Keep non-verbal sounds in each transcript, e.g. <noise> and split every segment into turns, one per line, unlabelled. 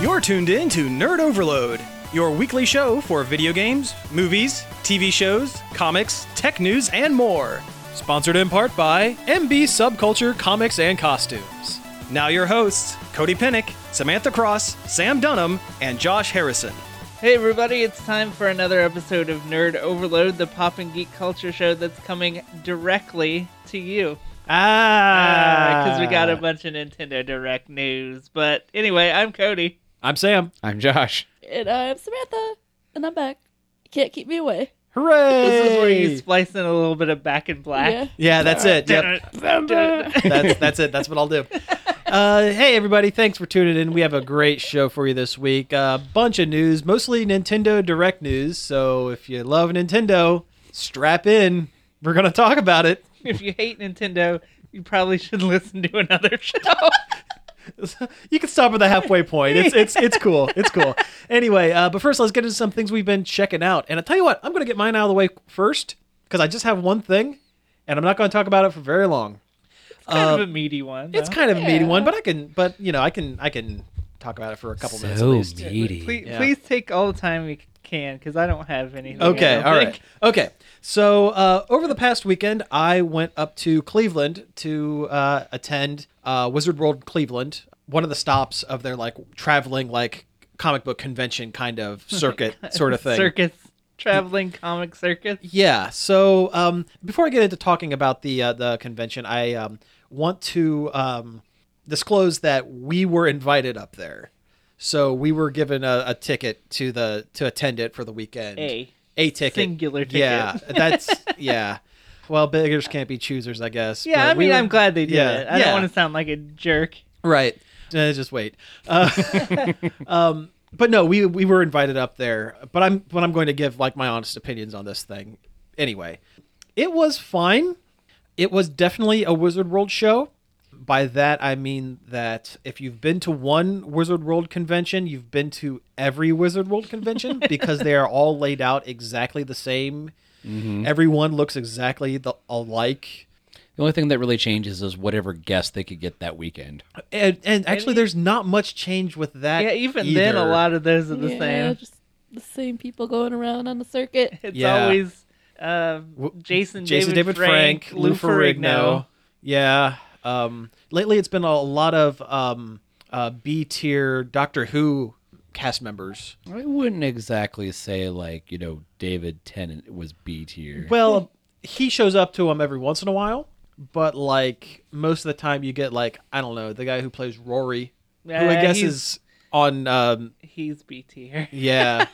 You're tuned in to Nerd Overload, your weekly show for video games, movies, TV shows, comics, tech news, and more. Sponsored in part by MB Subculture Comics and Costumes. Now, your hosts, Cody Pennick, Samantha Cross, Sam Dunham, and Josh Harrison.
Hey everybody, it's time for another episode of Nerd Overload, the pop and geek culture show that's coming directly to you.
Ah,
Because we got a bunch of Nintendo Direct news. But anyway, I'm Cody.
I'm Sam.
I'm Josh.
And I'm Samantha, and I'm back. You can't keep me away.
Hooray!
This is where you splice in a little bit of back and black.
Yeah.
yeah, that's it. Yep, that's that's it. That's what I'll do. Uh, hey everybody, thanks for tuning in. We have a great show for you this week. A bunch of news, mostly Nintendo Direct news. So if you love Nintendo, strap in. We're gonna talk about it.
<laughs>
<laughs>
If you hate Nintendo, you probably should <laughs> listen to another show.
you can stop at the halfway point. It's it's it's cool. It's cool. Anyway, uh, but first let's get into some things we've been checking out. And I tell you what, I'm gonna get mine out of the way first because I just have one thing, and I'm not gonna talk about it for very long.
kind
Uh,
of a meaty one.
It's
though.
kind of a meaty one, but I can, but you know, I can I can talk about it for a couple minutes at least.
Please,
Yeah.
please take all the time we can, because I don't have anything.
Okay,
I don't
all
think.
right. Okay, so uh, over the past weekend, I went up to Cleveland to uh, attend uh, Wizard World Cleveland, one of the stops of their like traveling like comic book convention kind <laughs> of circuit
<laughs>
sort of thing.
Circus, traveling comic circus.
Yeah. So um, before I get into talking about the uh, the convention, I um, want to um, disclose that we were invited up there. So we were given a, a ticket to the to attend it for the weekend.
A.
a ticket.
Singular ticket.
Yeah. That's yeah. Well, beggars can't be choosers, I guess.
Yeah,
but
I
we
mean,
were-
I'm glad they did
Yeah,
it. I
yeah.
don't want to sound like a jerk.
Right. Uh, just wait.
<laughs>
Uh, um, but no, we we were invited up there. But I'm but I'm going to give like my honest opinions on this thing. Anyway, it was fine. It was definitely a Wizard World show. By that I mean that if you've been to one Wizard World convention, you've been to every Wizard World
<laughs>
convention because they are all laid out exactly the same.
Mm-hmm.
Everyone looks exactly the, alike.
The only thing that really changes is whatever guest they could get that weekend.
And, and actually, there's not much change with that.
Yeah, even then, a
either.
lot of those are the
yeah,
same.
Just the same people going around on the circuit.
It's
Yeah.
always um,
W-
Jason,
Jason
David,
David, Frank, Lou Ferrigno. Yeah. Um, lately, it's been a lot of um, uh, B tier Doctor Who cast members.
I wouldn't exactly say like you know David Tennant was B tier.
Well, he shows up to him every once in a while, but like most of the time, you get like I don't know the guy who plays Rory, who I
Yeah,
guess
he's-
is on. Um,
He's B tier.
yeah.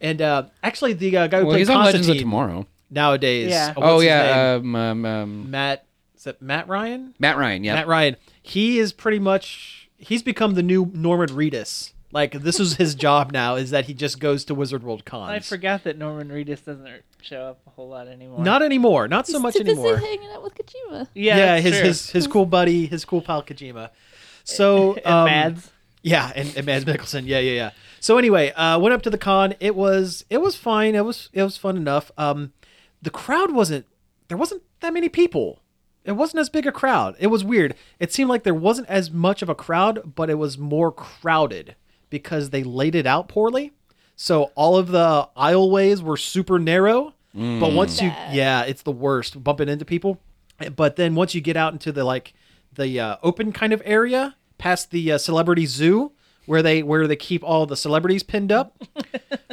And uh, actually, the uh, guy who
Well,
plays
he's on Legends of
Constantine
Tomorrow.
nowadays.
Yeah.
uh, what's
oh
his
yeah,
name?
um, um, um,
Matt. Is that Matt Ryan?
Matt Ryan. Yeah,
Matt Ryan. He is pretty much he's become the new Norman Reedus. Like this is his job now is that he just goes to Wizard World cons.
<laughs> I forgot that Norman Reedus doesn't show up a whole lot anymore.
Not anymore. Not so
He's
much
too busy
anymore.
hanging out with Kojima.
yeah, that's
his
true.
his his cool buddy, his cool pal Kojima. So
<laughs> and
um,
Mads.
Yeah, and, and Mads Mikkelsen. Yeah, yeah, yeah. So anyway, uh, went up to the con. It was it was fine. It was it was fun enough. Um, the crowd wasn't there wasn't that many people. It wasn't as big a crowd. It was weird. It seemed like there wasn't as much of a crowd, but it was more crowded because they laid it out poorly. So all of the aisleways were super narrow. But once you yeah, it's the worst bumping into people. But then once you get out into the like the uh, open kind of area past the uh, celebrity zoo where they where they keep all the celebrities pinned up,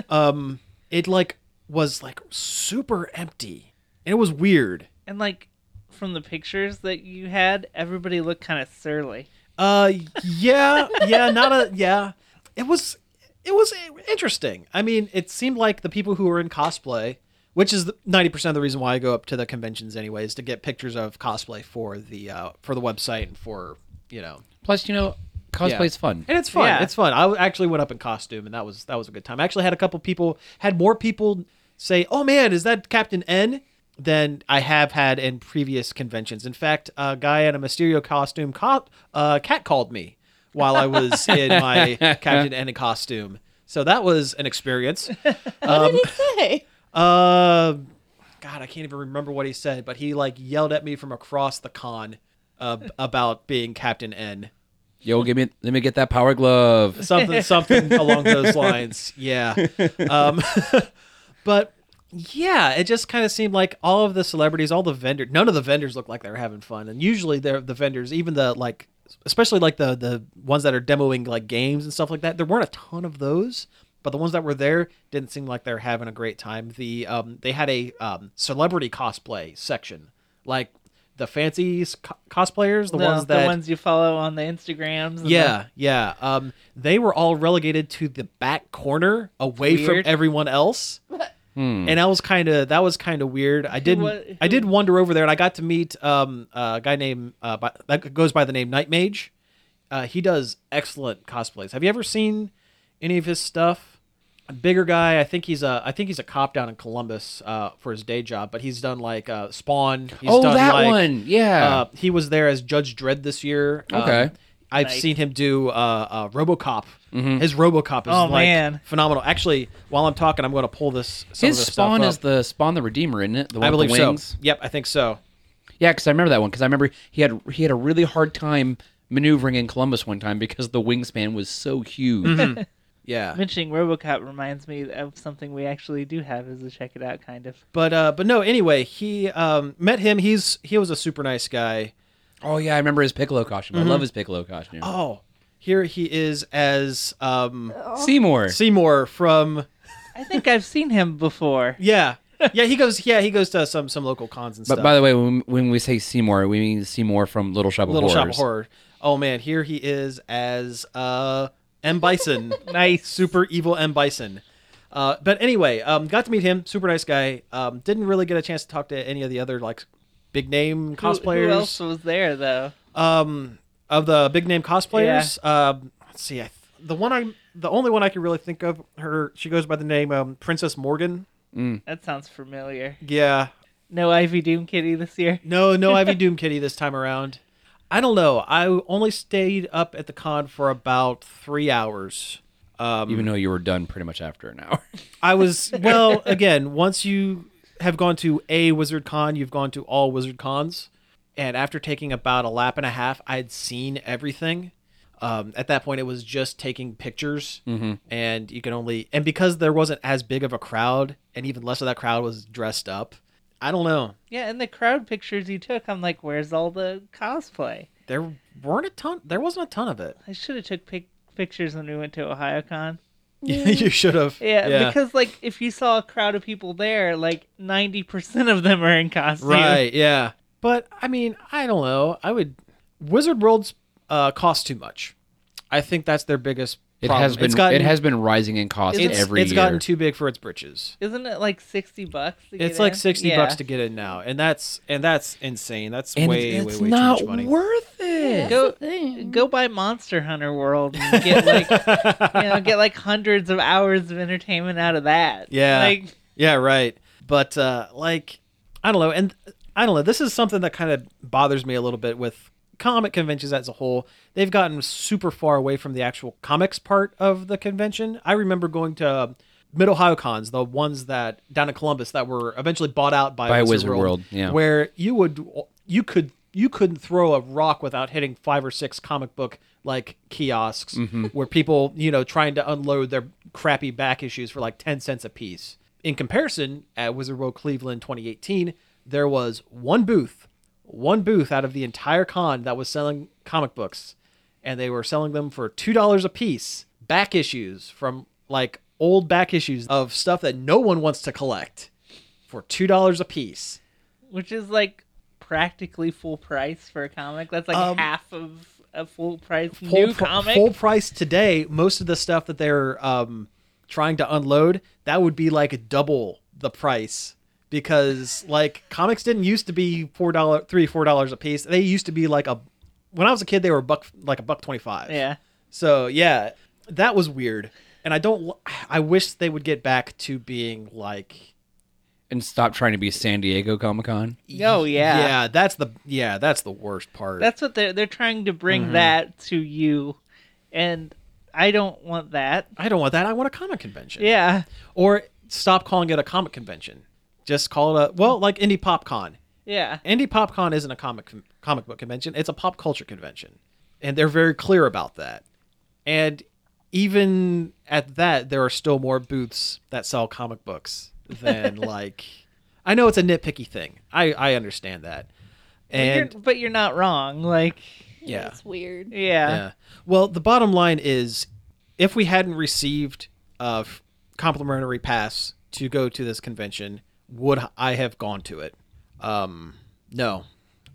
um, it like was like super empty. And it was weird.
And like from the pictures that you had, everybody looked kind of surly.
Uh, yeah, yeah, not a yeah. It was it was interesting. I mean, it seemed like the people who were in cosplay, which is ninety percent of the reason why I go up to the conventions anyways, to get pictures of cosplay for the uh, for the website and for you know,
Plus, you know, cosplay's fun.
and it's fun.
Yeah.
It's fun. I actually went up in costume, and that was that was a good time. I actually had a couple people had more people say, "Oh man, is that Captain N?" than I have had in previous conventions. In fact, a guy in a Mysterio costume co- uh, cat called me while I was in my Captain N costume. So that was an experience. <laughs>
What did he say?
Uh, God, I can't even remember what he said, but he like yelled at me from across the con uh, about being Captain N.
Yo, give me let me get that power glove.
<laughs> something something along those lines yeah um, <laughs> but yeah it just kind of seemed like all of the celebrities all the vendors none of the vendors looked like they were having fun and usually they're the vendors even the like especially like the the ones that are demoing like games and stuff like that there weren't a ton of those but the ones that were there didn't seem like they're having a great time the um they had a um celebrity cosplay section like the fancy s- co- cosplayers the
No,
ones that
the ones you follow on the Instagrams. and
yeah, yeah. Um, they were all relegated to the back corner, away
Weird.
from everyone
<laughs>
else.
Hmm.
And I was kind of that was kind of weird. I didn't.
wa-
I did wander over there, and I got to meet um, a guy named uh, by, that goes by the name Night Mage. Uh, he does excellent cosplays. Have you ever seen any of his stuff? A bigger guy. I think he's a. I think he's a cop down in Columbus uh, for his day job, but he's done like uh, Spawn. He's
oh,
done,
that
like,
one. Yeah.
uh, he was there as Judge Dredd this year. Um,
Okay.
I've
Nice.
seen him do uh, uh, RoboCop.
Mm-hmm.
His RoboCop is
Oh,
like
man.
phenomenal. Actually, while I'm talking, I'm going to pull this. Some of
His
this stuff
spawn
up.
is the spawn the redeemer, isn't it? The one
I
with
believe
the wings.
so. Yep, I think so.
Yeah, because I remember that one. Because I remember he had he had a really hard time maneuvering in Columbus one time because the wingspan was so huge.
Mm-hmm. Yeah,
Mentioning RoboCop reminds me of something we actually do have as a check it out kind of.
but uh, but no. Anyway, he um, met him. He's he was a super nice guy.
Oh yeah, I remember his Piccolo costume. I love his Piccolo costume.
Mm-hmm. Oh, here he is as um,
Oh, Seymour.
Seymour from
I think I've seen him <laughs> before.
yeah yeah he goes yeah he goes to some some local cons and
But
stuff.
by the way, when, when we say Seymour, we mean Seymour from Little Shop of
Little Shop of Horror.
Horrors.
Oh man, here he is as uh M <laughs> Bison,
Nice.
super evil M Bison. Uh, but anyway, um, got to meet him. Super nice guy. Um, didn't really get a chance to talk to any of the other like big name
Who-
cosplayers.
Who else was there though?
Um, of the big name cosplayers. Um, let's see. I th- the one I, the only one I can really think of. Her, she goes by the name um, Princess Morgan.
That sounds familiar.
Yeah.
No Ivy Doom Kitty this year.
No, no Ivy Doom Kitty this time around. I don't know. I only stayed up at the con for about three hours. Um,
Even though you were done pretty much after an hour.
I was well again. Once you have gone to a Wizard Con, you've gone to all Wizard Cons, and after taking about a lap and a half, I had seen everything. Um, at that point, it was just taking pictures,
Mm-hmm.
and you can only and because there wasn't as big of a crowd, and even less of that crowd was dressed up. I don't know.
Yeah, and the crowd pictures you took, I'm like, where's all the cosplay?
There weren't a ton. There wasn't a ton of it.
I should have took pic- pictures when we went to OhioCon.
<laughs> you should have.
Yeah, because like if you saw a crowd of people there, like ninety percent of them are in costume.
Right, yeah. But I mean, I don't know. I would Wizard Worlds uh costs too much. I think that's their biggest
<laughs> It
problem.
has been
it's gotten,
it has been rising in cost
it's,
every
it's
year.
gotten too big for its britches.
Isn't it like sixty bucks? to
It's
get
like
in?
60
Yeah.
bucks to get in now. And that's and that's insane. That's
and
way
it's
way way
not
too much money.
worth it.
That's
Go-
the thing.
Go buy Monster Hunter World
<laughs>
and get like <laughs> you know get like hundreds of hours of entertainment out of that.
Yeah.
like
Yeah, right. But uh, like, I don't know, and I don't know. This is something that kind of bothers me a little bit with comic conventions as a whole. They've gotten super far away from the actual comics part of the convention. I remember going to Mid Ohio cons, the ones that down in Columbus that were eventually bought out by,
By
Wizard,
Wizard
World,
World, yeah.
where you would you could you couldn't throw a rock without hitting five or six comic book like kiosks where people you know trying to unload their crappy back issues for like 10 cents a piece in comparison at wizard world cleveland 2018 there was one booth one booth out of the entire con that was selling comic books and they were selling them for two dollars a piece back issues from like old back issues of stuff that no one wants to collect for two dollars a piece
which is like practically full price for a comic. That's like half of a full price
Um, full,
new
pr-
comic.
full price today, most of the stuff that they're um, trying to unload, that would be like double the price because like comics didn't used to be four dollar three four dollars a piece. They used to be like a when I was a kid they were a buck like a buck twenty five.
yeah.
So yeah, that was weird, and I don't. l- I wish they would get back to being like
And stop trying to be San Diego Comic Con.
Oh yeah.
yeah. That's the yeah that's the worst part.
That's what they're they're trying to bring
Mm-hmm.
that to you, and I don't want that.
I don't want that. I want a comic convention.
Yeah.
or stop calling it a comic convention. Just call it a well, like Indie PopCon.
Yeah.
Indie PopCon isn't a comic comic book convention; it's a pop culture convention. and they're very clear about that. And even at that, there are still more booths that sell comic books
<laughs>
than like. I know it's a nitpicky thing. I I understand that.
<laughs>
And
you're, but you're not wrong. Like,
yeah,
It's weird.
yeah.
yeah. Well, the bottom line is, if we hadn't received a f- complimentary pass to go to this convention, would I have gone to it? Um, no,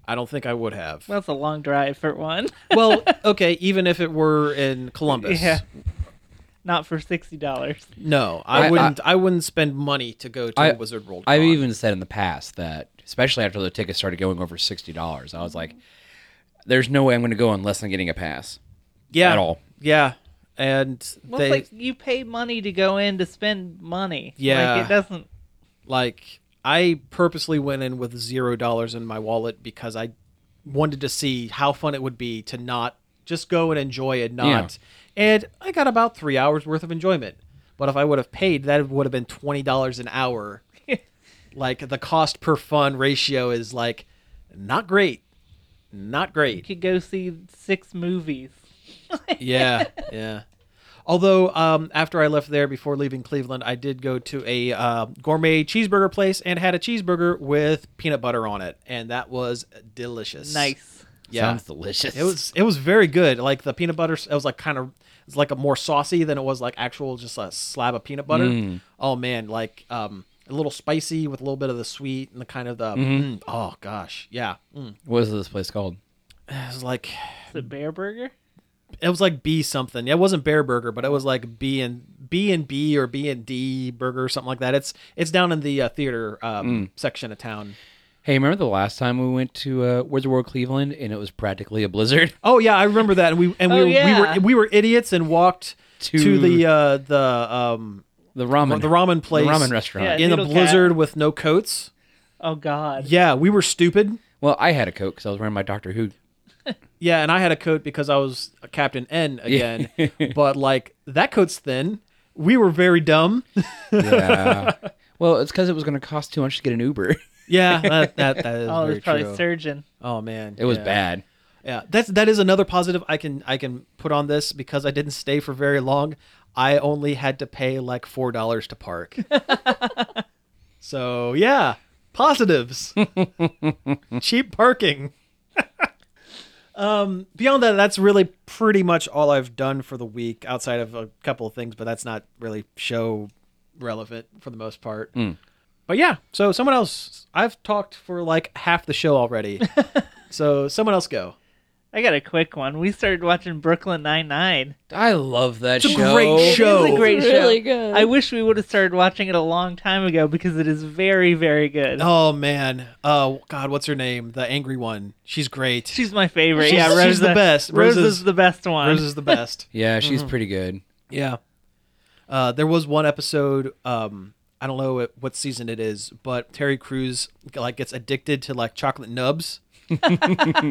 I don't think I would have.
Well, it's a long drive for one. <laughs>
well, okay, even if it were in Columbus,
Yeah. Not for sixty dollars.
no, I,
I-
wouldn't. I, wouldn't spend money to go to
I-
a Wizard World.
I've
con.
even said in the past that, especially after the tickets started going over sixty dollars, I was like, "There's no way I'm going to go unless I'm getting a pass."
yeah,
at all.
Yeah, and
Well,
they
it's
like,
like you pay money to go in to spend money.
Yeah.
Like, it doesn't.
I purposely went in with zero dollars in my wallet because I wanted to see how fun it would be to not just go and enjoy it. Not, and I got about three hours worth of enjoyment. But if I would have paid, that would have been twenty dollars an hour. <laughs> like the cost per fun ratio is like not great, not great.
You could go see six movies.
yeah, yeah. Although um, after I left there, before leaving Cleveland, I did go to a uh, gourmet cheeseburger place and had a cheeseburger with peanut butter on it, and that was delicious.
Nice.
Yeah.
Sounds delicious.
It was it was very good. Like the peanut butter, it was like kind of it's like a more saucy than it was like actual just a slab of peanut butter.
Mm.
Oh man, like um, a little spicy with a little bit of the sweet and the kind of the
Mm-hmm.
mm, oh gosh, yeah. Mm.
What is this place called?
It was like
Is it Bear Burger?
it was like B something. It wasn't Bear Burger, but it was like B and B and B or B and D Burger or something like that. It's it's down in the uh, theater
Mm.
um, section of town.
Hey, remember the last time we went to uh, Wizard World Cleveland and it was practically a blizzard? <laughs>
Oh yeah, I remember that. And we and we,
Oh,
we
yeah.
were we were idiots and walked to,
To-
the uh, the um,
The ramen.
the ramen place,
ramen restaurant.
Yeah.
in a
Noodle Cat.
blizzard with no coats.
Oh God.
Yeah, we were stupid.
Well, I had a coat because I was wearing my
<laughs>
Doctor Who.
Yeah, and I had a coat because I was a Captain
<laughs>
N again. but like that coat's thin. We were very dumb. <laughs>
Yeah. well, it's because it was going to cost too much to get an Uber. <laughs>
yeah, that that, that is
<laughs> Oh,
very
there's probably
true.
surgeon.
oh man,
It was
yeah.
bad.
Yeah, that's that is another positive I can I can put on this because I didn't stay for very long. I only had to pay like four dollars to park. so yeah, positives. Cheap parking. <laughs> um, beyond that, that's really pretty much all I've done for the week outside of a couple of things, but that's not really show relevant for the most part. But yeah, so someone else. I've talked for like half the show already. so someone else go.
I got a quick one. We started watching Brooklyn Nine Nine.
I love that
It's a
show.
great show.
It is a great
It's
show.
really good.
I wish we would have started watching it a long time ago because it is very, very good.
Oh man. Oh God, what's her name? The angry one. She's great.
She's my favorite.
She's-
yeah,
she's
Rosa.
the best.
Rosa's,
Rosa's-
the best one.
Rose is the best.
Yeah, she's
Mm-hmm.
pretty good.
yeah. Uh, there was one episode. Um, I don't know what- what season it is, but Terry Crews like gets addicted to like chocolate nubs.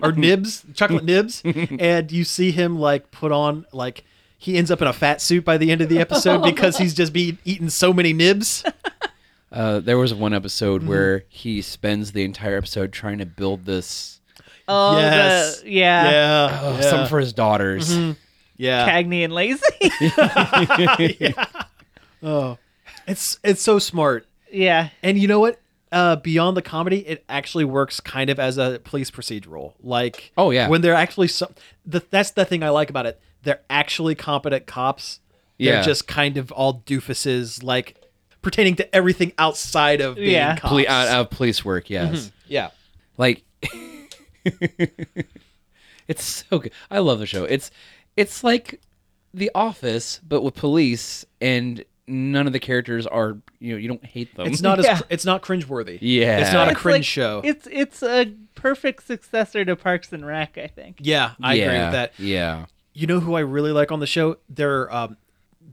or nibs, chocolate nibs, and you see him like put on like he ends up in a fat suit by the end of the episode because he's just be eating so many nibs.
Uh, there was one episode
Mm-hmm.
where he spends the entire episode trying to build this
oh,
yes.
the, yeah.
yeah,
oh,
yeah, Mm-hmm.
something for his daughters.
yeah.
Cagney and Lazy.
<laughs> Oh, it's it's so smart.
yeah.
And you know what? Uh, beyond the comedy, it actually works kind of as a police procedural. Like,
Oh, yeah.
when they're actually some. The, that's the thing I like about it. They're actually competent cops. They're
Yeah.
just kind of all doofuses, like pertaining to everything outside of being
Yeah.
cops.
Poli- out of police work, yes.
yeah,
Like <laughs> it's so good. I love the show. It's it's like The Office, but with police, and none of the characters are you know you don't hate them.
it's not
<laughs>
as
Yeah.
cr- it's not cringeworthy.
um, Yeah.
it's not a
It's
cringe
like-
show.
It's it's a perfect successor to Parks and Rec, I think.
yeah,
<laughs>
I agree
Yeah,
with that.
Yeah,
you know who I really like on the show? They're um,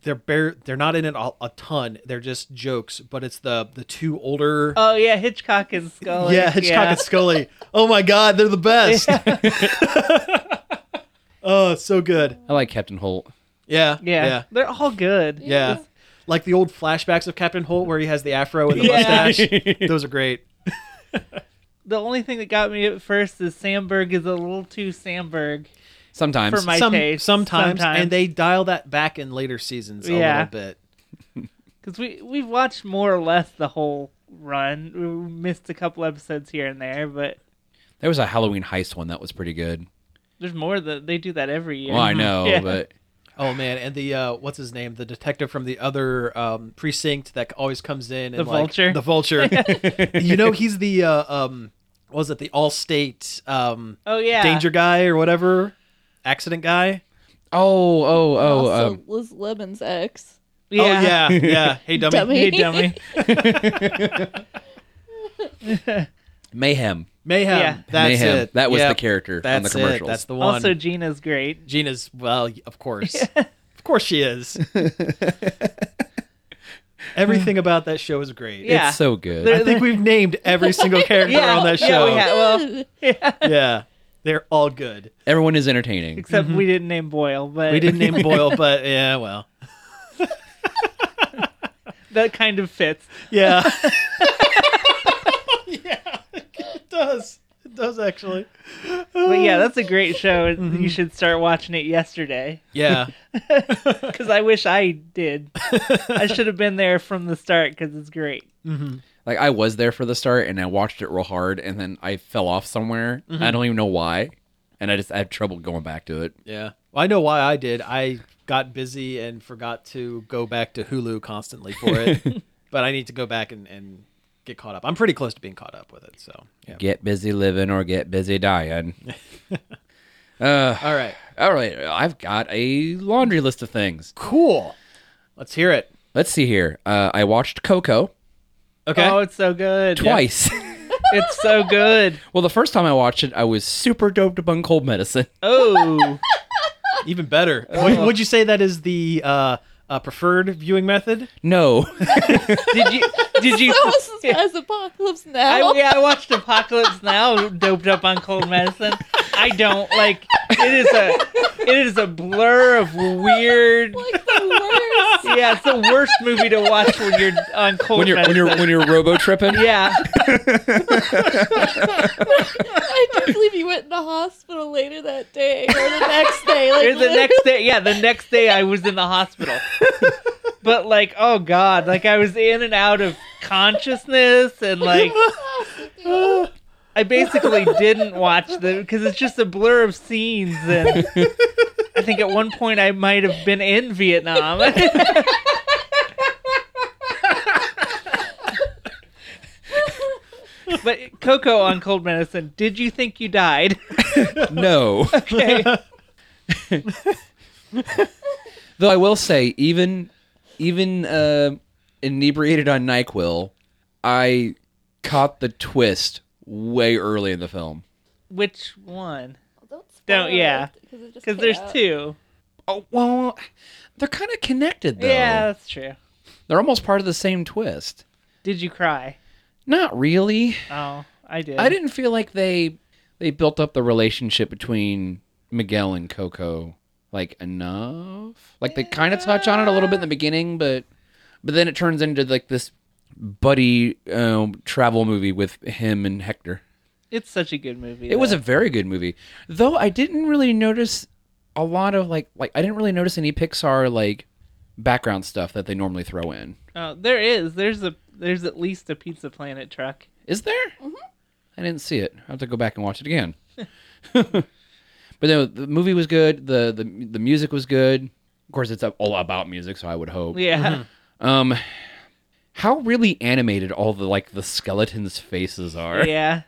they're bare. They're not in it all, a ton. They're just jokes. But it's the the two older.
Oh yeah, Hitchcock and
<laughs>
Scully.
yeah, Hitchcock and Scully. Oh my God, they're the best. <laughs> oh, so good.
I like Captain Holt.
Yeah,
Yeah.
yeah,
They're all good.
yeah. Like the old flashbacks of Captain Holt, where he has the afro and the
Yeah. <laughs>
mustache. Those are great.
The only thing that got me at first is Sandberg is a little too Sandberg.
Sometimes.
For my-
Some,
taste,
sometimes,
sometimes.
and they dial that back in later seasons a
Yeah.
little bit.
because we we've watched more or less the whole run. We missed a couple episodes here and there, but
there was a Halloween heist one that was pretty good.
there's more that they do that every year.
Well, I
<laughs>
<laughs>
know,
Yeah.
but
Oh man, and the uh, what's his name, the detective from the other um, precinct that always comes in, and
The
like-
Vulture?
the
<laughs>
vulture. you know, he's the uh, um, what was it the Allstate um,
oh yeah,
danger guy or whatever, accident guy.
oh, oh, oh,
also,
um,
Liz Lemon's ex.
Yeah.
Oh yeah, yeah. Hey dummy.
Dummy.
Hey,
<laughs>
dummy.
mayhem.
<laughs> Mayhem.
Yeah.
That's
mayhem.
it.
That was
Yep.
the character
That's
on the
it.
commercials.
That's the one.
also, Gina's great. <laughs>
Gina's well, of course. Of course she is.
<laughs>
Everything about that show is great.
Yeah.
It's so good.
There-
I think we've named every single character
<laughs> Yeah,
on that
yeah,
show.
we have. well,
yeah. They're all good.
Everyone is entertaining.
Except we didn't name Boyle, but
Mm-hmm. We didn't
<laughs>
name Boyle, but yeah, well.
that kind of fits.
Yeah. <laughs> yeah. It does. It does actually.
But yeah, that's a great show.
<laughs>
and
Mm-hmm.
You should start watching it yesterday
Yeah.
because I wish
<laughs>
I did. I should have been there from the start because it's great.
Like I was there for the start and I watched it real hard and then I fell off somewhere.
Mm-hmm.
I don't even know why. And I just I had trouble going back to it.
Yeah. Well, I know why I did. I got busy and forgot to go back to Hulu constantly for <laughs> it. but I need to go back and, and get caught up. I'm pretty close to being caught up with it. So, yeah.
Get busy living or get
<laughs>
busy dying. uh,
All right.
all right, I've got a laundry list of things.
Cool. Let's hear it.
Let's see here. Uh, I watched Coco
Okay.
Oh, it's so good.
twice. <laughs>
It's so good.
well, the first time I watched it, I was super doped upon cold medicine. <laughs>
Oh,
Even better. Would, would you say that is the uh, uh, preferred viewing method?
No,
<laughs> did you? Did
<laughs>
you?
That was this guy's apocalypse now.
I, yeah, I watched Apocalypse Now, doped up on cold medicine. I don't like. It is a. It is a blur of weird.
<laughs> Like the worst.
Yeah, it's the worst movie to watch when you're on cold
when you're when
medicine.
you're when you're robo tripping.
yeah,
<laughs> I can't believe you went in the hospital later that day or the next day. Like
or the next day. Yeah, the next day I was in the hospital. But like, oh god, like I was in and out of consciousness, and <laughs> like I basically didn't watch the because it's just a blur of scenes, and I think at one point I might have been in Vietnam. <laughs> But Coco on cold medicine, did you think you died?
<laughs>
<laughs>
No.
Okay.
Though I will say, even even uh, inebriated on Nyquil, I caught the twist way early in the film.
Which one?
Don't, spoil
Don't- yeah.
it, 'cause it just
Because
came
there's
out.
two.
Oh well, they're kind of connected though.
Yeah, that's true.
they're almost part of the same twist.
Did you cry?
Not really.
Oh, I did.
I didn't feel like they they built up the relationship between Miguel and Coco like enough. Like they kind of touch on it a little bit in the beginning, but but then it turns into like this buddy um, travel movie with him and Hector.
It's such a good movie.
It was
though.
a very good movie, though. I didn't really notice a lot of like like I didn't really notice any Pixar like background stuff that they normally throw in.
Oh, there is. There's a. There's at least a Pizza Planet truck.
Is there?
Mm-hmm.
I didn't see it. I have to go back and watch it again. <laughs> but no, the movie was good. the the The music was good. Of course, it's all about music, so I would hope.
Yeah.
Um, how really animated all the like the skeletons' faces are.
Yeah.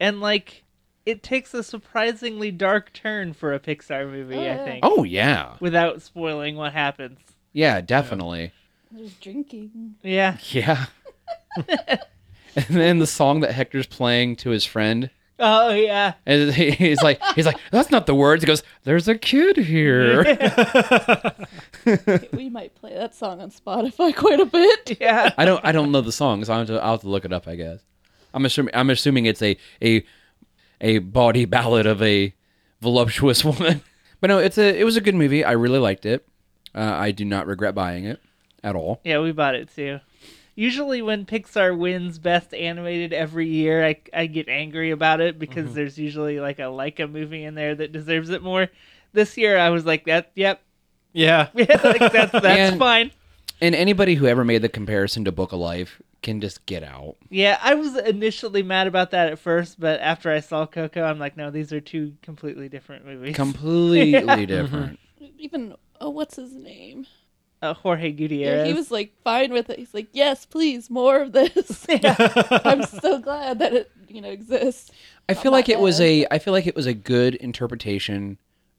and like, it takes a surprisingly dark turn for a Pixar movie.
Oh,
I
yeah.
think.
Oh yeah,
Without spoiling what happens.
yeah, definitely.
There's drinking. <laughs>
Yeah.
Yeah. <laughs> and then the song that Hector's playing to his friend,
Oh yeah.
and he- he's like, he's like, that's not the words. He goes, "There's a kid here."
we might play that song on Spotify <laughs> quite a bit.
Yeah.
I don't, I don't know the song, so I'll have, to, I'll have to look it up. I guess. I'm assuming, I'm assuming it's a a a body ballad of a voluptuous <laughs> woman. But no, it's a, it was a good movie. I really liked it. Uh, I do not regret buying it at all.
Yeah. We bought it too. usually when Pixar wins Best Animated every year, I, I get angry about it because there's usually like a Leica movie in there that deserves it more. This year, I was like, that, yep, <laughs>
Yeah.
yeah,
<laughs>
like that's that's
And-
fine.
And anybody who ever made the comparison to Book of Life can just get out.
Yeah, I was initially mad about that at first, but after I saw Coco, I'm like, no, these are two completely different movies.
Completely different.
Even oh, what's his name?
<laughs> uh, Jorge
Yeah,
Gutierrez. <laughs>
he was like fine with it. He's like, yes, please, more of this.
<laughs>
I'm <laughs> so glad that it you know exists.
I feel
my
like it was
bad.
a I feel like it was a good interpretation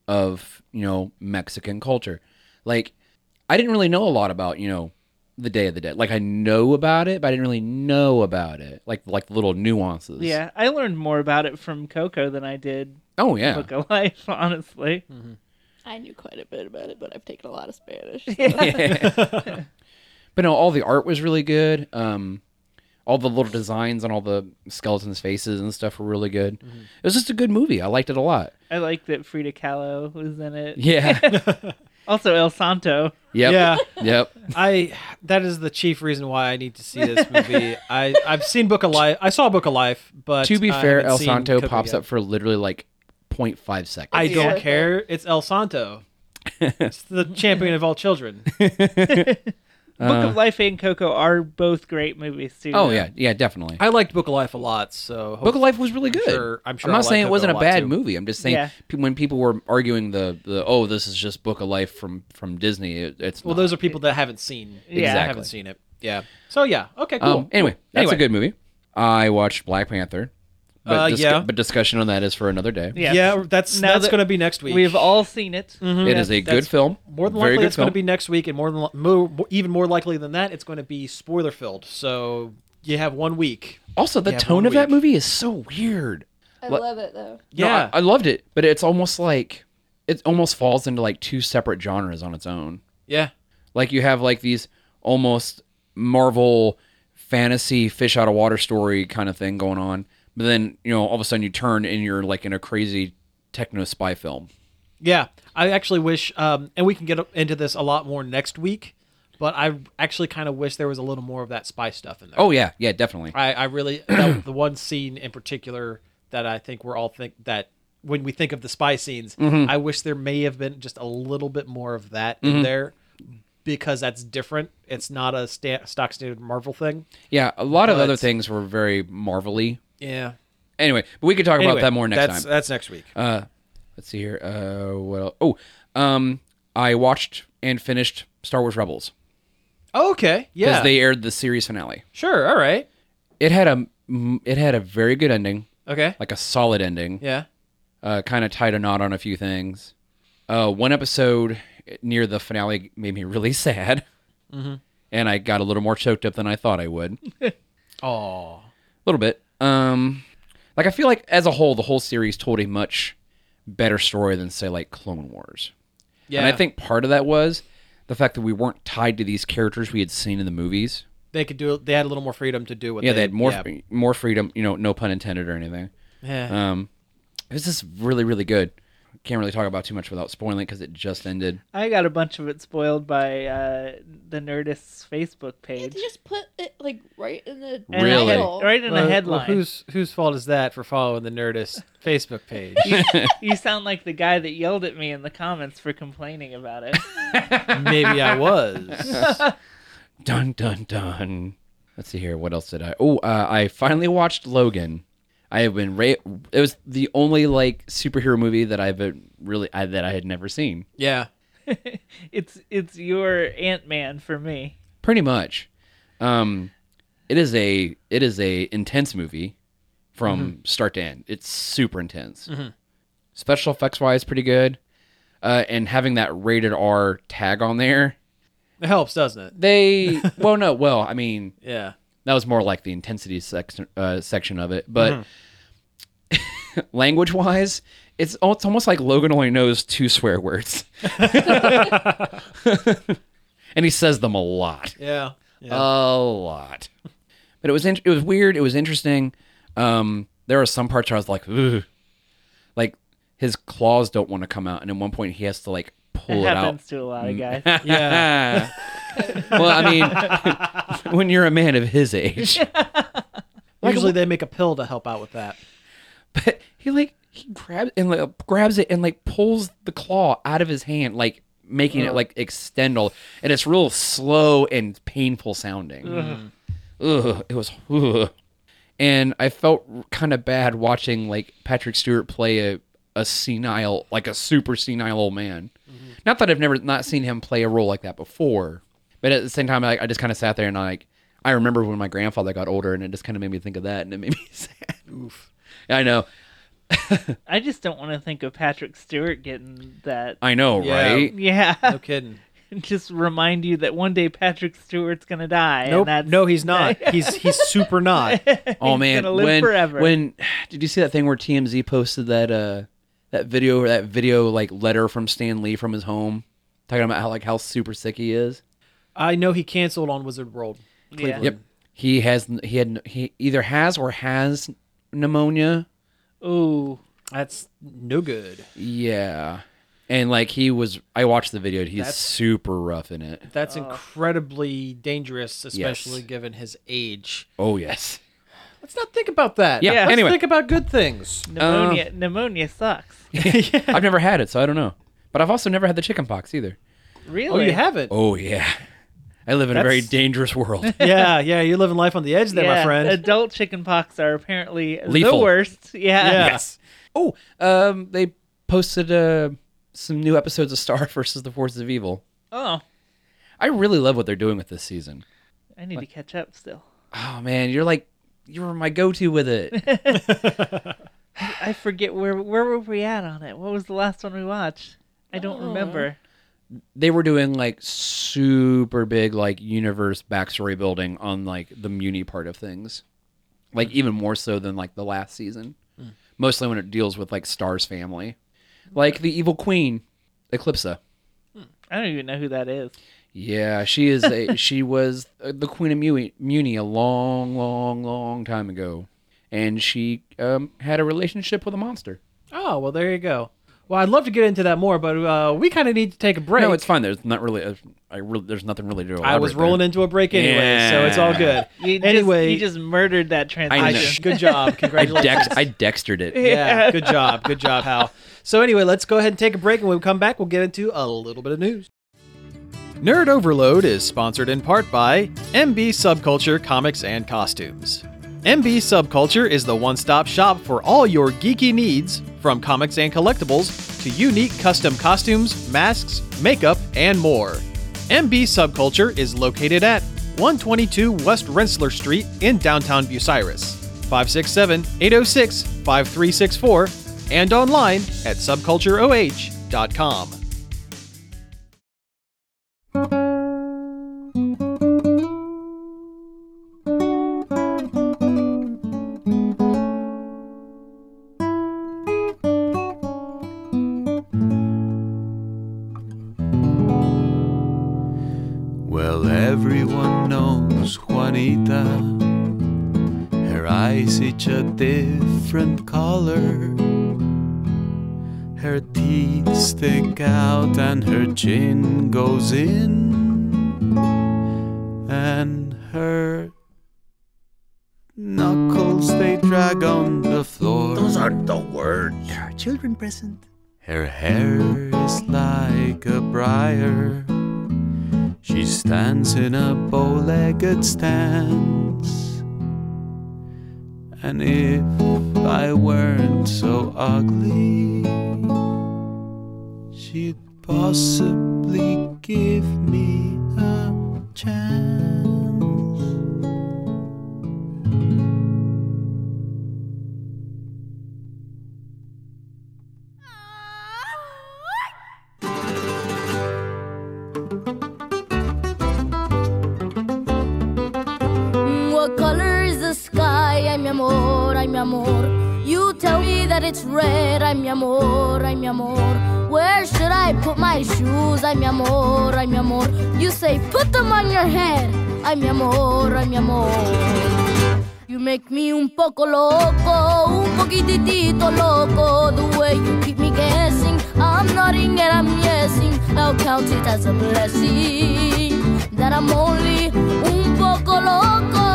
of, you know, Mexican culture. Like I didn't really know a lot about, you know, the Day of the Dead. Like I know about it, but I didn't really know about it. Like like little nuances.
yeah, I learned more about it from Coco than I did
Oh yeah. Hmm.
Book of Life, <laughs> honestly.
I knew quite a bit about it, but I've taken a lot of Spanish.
<laughs>
<laughs> But no, all the art was really good. Um, all the little designs on all the skeletons' faces and stuff were really good. It was just a good movie. I liked it a lot.
I like that Frida Kahlo was in it.
Yeah. <laughs> yep.
Also, El Santo.
Yeah.
Yeah.
Yep.
I that is the chief reason why I need to see this movie. I I've seen Book of Life. I saw Book of Life, but
to be
I
fair,
haven't
El
seen
Santo
Coco
pops
yet.
up for literally like 0.5 seconds.
I don't
Yeah.
care. It's El
<laughs>
Santo. it's the champion of all children.
Book of Life and Coco are both great movies too.
Uh, oh yeah, yeah, definitely.
I liked Book of Life a lot, so
Book of Life was really
I'm
good.
sure- I'm sure
I'm
I
not
like
saying it
Coco
wasn't
a
a
lot,
bad
too.
movie. I'm just saying
Yeah.
pe- when people were arguing the the oh this is just Book of Life from from Disney. It, it's
Well,
not.
those are people that haven't seen.
Yeah.
I haven't seen it. Yeah. So yeah. Okay. Cool.
Um, anyway, that's
Anyway.
a good movie. I watched Black Panther. But
Uh,
discu-
yeah.
But discussion on that is for another day.
Yes.
Yeah. That's
Now
that's
that
going to be next week.
We've all seen it. Mm-hmm.
It is a good
That's-
film.
more than
very
likely
good
it's going to
film.
be next week, and more than li- more, more- even more likely than that, it's going to be spoiler filled. So you have one week.
Also, the
Yeah,
tone
one
of that
week.
movie is so weird.
I
What-
love it though.
No,
Yeah.
I, I loved it, but it's almost like it almost falls into like two separate genres on its own.
yeah.
Like you have like these almost Marvel fantasy fish out of water story kind of thing going on, but then you know all of a sudden you turn and you're like in a crazy techno spy film.
Yeah, I actually wish, um, and we can get into this a lot more next week. But I actually kind of wish there was a little more of that spy stuff in there.
Oh yeah, yeah, definitely.
I, I
<clears throat>
really that, the one scene in particular that I think we're all think that when we think of the spy scenes,
Mm-hmm.
I wish there may have been just a little bit more of that in there because that's different. It's not a sta- stock standard Marvel thing.
Yeah, a lot of
But-
other things were very Marvelly.
Yeah.
Anyway, but we could talk
Anyway,
about that more next
that's,
time.
That's next week.
Uh, let's see here. Uh, what? Else? Oh, um, I watched and finished Star Wars Rebels
Oh, okay.
because
Yeah.
they aired the series finale.
sure. All right.
It had a mm, it had a very good ending,
Okay.
like a solid ending.
Yeah.
Uh, kind of tied a knot on a few things. Uh, one episode near the finale made me really <laughs> sad,
Mm-hmm.
and I got a little more choked up than I thought I would.
Oh.
A little bit. Um, like I feel like as a whole, the whole series told a much better story than say like Clone Wars.
Yeah.
And I think part of that was the fact that we weren't tied to these characters we had seen in the movies.
they could do. They had a little more freedom to do what.
yeah, they had more
Yeah.
more freedom. You know, no pun intended or anything.
Yeah.
Um, it was just really really good. Can't really talk about too much without spoiling because it just ended.
I got a bunch of it spoiled by uh, the Nerdist's Facebook
You
page.
just put it like right in the
And I
Really?
had-
title.
right in
Well,
the
well,
headline.
whose whose fault is that for following the
<laughs>
Nerdist Facebook page?
you sound like the guy that yelled at me in the comments for complaining about
<laughs>
it.
Maybe I was.
<laughs>
Dun dun dun. Let's see here. What else did I? Oh, uh, I finally watched Logan. I have been. Ra- it was the only like superhero movie that I've been really I, that I had never seen.
Yeah.
it's it's your Ant Man for me.
Pretty much. Um, it is a it is a intense movie from start to end. It's super intense. Special effects wise, pretty good. Uh, and having that rated R tag on there,
It helps, doesn't it?
they well no well I mean
Yeah.
that was more like the intensity section uh, section of it but <laughs> language wise it's al- it's almost like Logan only knows two swear words <laughs> and he says them a lot
Yeah.
a lot but it was in- it was weird it was interesting um there are some parts where I was like Ugh. like his claws don't want to come out and at one point he has to like
It
Mm.
pull it,
<laughs>
out
happens to a lot of guys.
Yeah.
<laughs> Well, I mean, <laughs> when you're a man of his age,
Usually they make a pill to help out with that.
but he like he grabs and like, grabs it and like pulls the claw out of his hand, like making it like extend all, and it's real slow and painful sounding. Ugh, it was. ugh. And I felt kind of bad watching like Patrick Stewart play a a senile, like a super senile old man. Not that I've never not seen him play a role like that before, but at the same time, I, I just kind of sat there and like I remember when my grandfather got older, and it just kind of made me think of that, and it made me <laughs> sad. Oof. I know.
I just don't want to think of Patrick Stewart getting
Uh,
that.
I know,
Yeah.
right?
Yeah, <laughs>
No kidding.
just remind you that one day Patrick Stewart's gonna die.
Nope.
And that's...
No, he's not. He's he's super not.
<laughs>
Oh
He's
man,
gonna live
when
forever.
when did you see that thing where TMZ posted that uh that video or that video like letter from Stan Lee from his home talking about how like how super sick he is?
I know he canceled on Wizard World. Cleveland.
Yep. He has he had he either has or has pneumonia.
Uh,
Ooh,
That's no good.
Yeah. And like he was I watched the video, he's
That's-
super rough in it.
That's incredibly dangerous, especially given his age.
Oh yes.
Let's not think about that.
Yeah,
Let's
anyway.
think about good things.
pneumonia. pneumonia sucks.
<laughs> Oh,
I've never had it, so I don't know. But I've also never had the chicken pox either.
Really?
Oh, you haven't.
Oh yeah. I live in a very
That's-
dangerous world.
<laughs> Yeah, yeah. You're living life on the edge there, my
Yeah,
friend.
<laughs> Adult chickenpox are apparently
Lethal.
the worst. Yeah.
Yeah.
Oh, um, they posted uh, some new episodes of Star <laughs> versus the Forces of Evil.
Oh,
I really love what they're doing with this season.
I need to catch up still.
Oh man, you're like you were my go-to with it.
I forget where where were we at on it? What was the last one we watched? I don't remember.
they were doing like super big like universe backstory building on like the Muni part of things, like even more so than like the last season. Mostly when it deals with like Star's family, like the evil queen, Eclipsa.
I don't even know who that is.
Yeah, she is
<laughs>
a she was uh, the queen of Muni, Muni a long, long, long time ago, and she um, had a relationship with a monster.
Oh, well, there you go. Well, I'd love to get into that more, but uh, we kind of need to take a break.
No, it's fine. There's not really. A, I really there's nothing really to.
I was rolling into a break anyway, so it's all good.
You
anyway,
just, you just murdered that
I
I-
know.
transition.
good job.
I
Congratulations.
dex I dextered
<laughs>
it.
yeah, good job. Good job, Hal. So, anyway, let's go ahead and take a break, and when we come back, we'll get into a little bit of news.
Nerd Overload is sponsored in part by MB Subculture Comics and Costumes. MB Subculture is the one stop shop for all your geeky needs, from comics and collectibles to unique custom costumes, masks, makeup, and more. MB Subculture is located at 122 West Rensselaer Street in downtown Bucyrus, 567 806 5364, and online at subcultureoh.com.
Well, everyone knows Juanita. Her eyes each a different color. Her teeth stick out and her chin goes in. And her knuckles they drag on the floor. Those aren't the words. There are children present. Her hair is like a briar. She stands in a bow legged stance. And if I weren't so ugly, she'd possibly give me a chance.
Mm, What color is the sky? Ay, mi amor, ay, mi amor. You tell me that it's red. Ay, mi amor, ay, mi amor. Where should I put my shoes? Ay, mi amor, ay, mi amor. You say, put them on your head. Ay, mi amor, ay, mi amor. You make me un poco loco, un poquitito loco. The way you keep me guessing, I'm nodding and I'm yesing. I'll count it as a blessing that that I'm only un poco loco.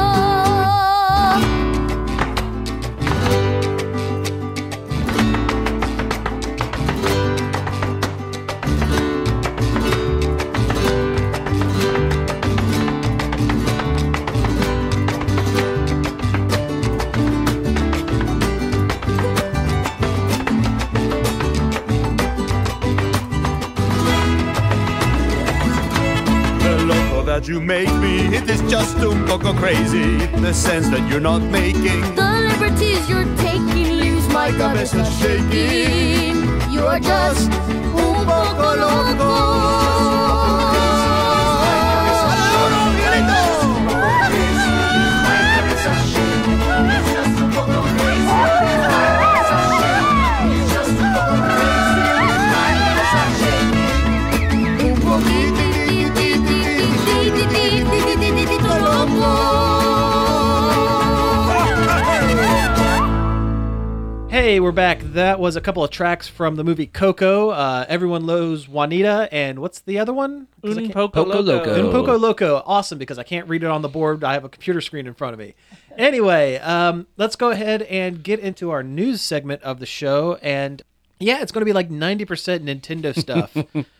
The loco that you make me, it is just un poco crazy. The sense that you're not making.
The liberties you're taking leaves my gut as a shaking. You are just un poco loco.
Hey, we're back. That was a couple of tracks from the movie Coco. Uh, Everyone loves Juanita, and what's the other one? 'Cause I
Un
can't-
poco
Poco
loco.
loco.
Un Poco Loco. Awesome, because I can't read it on the board. I have a computer screen in front of me. Anyway, um, let's go ahead and get into our news segment of the show. And yeah, it's going to be like 90% Nintendo stuff,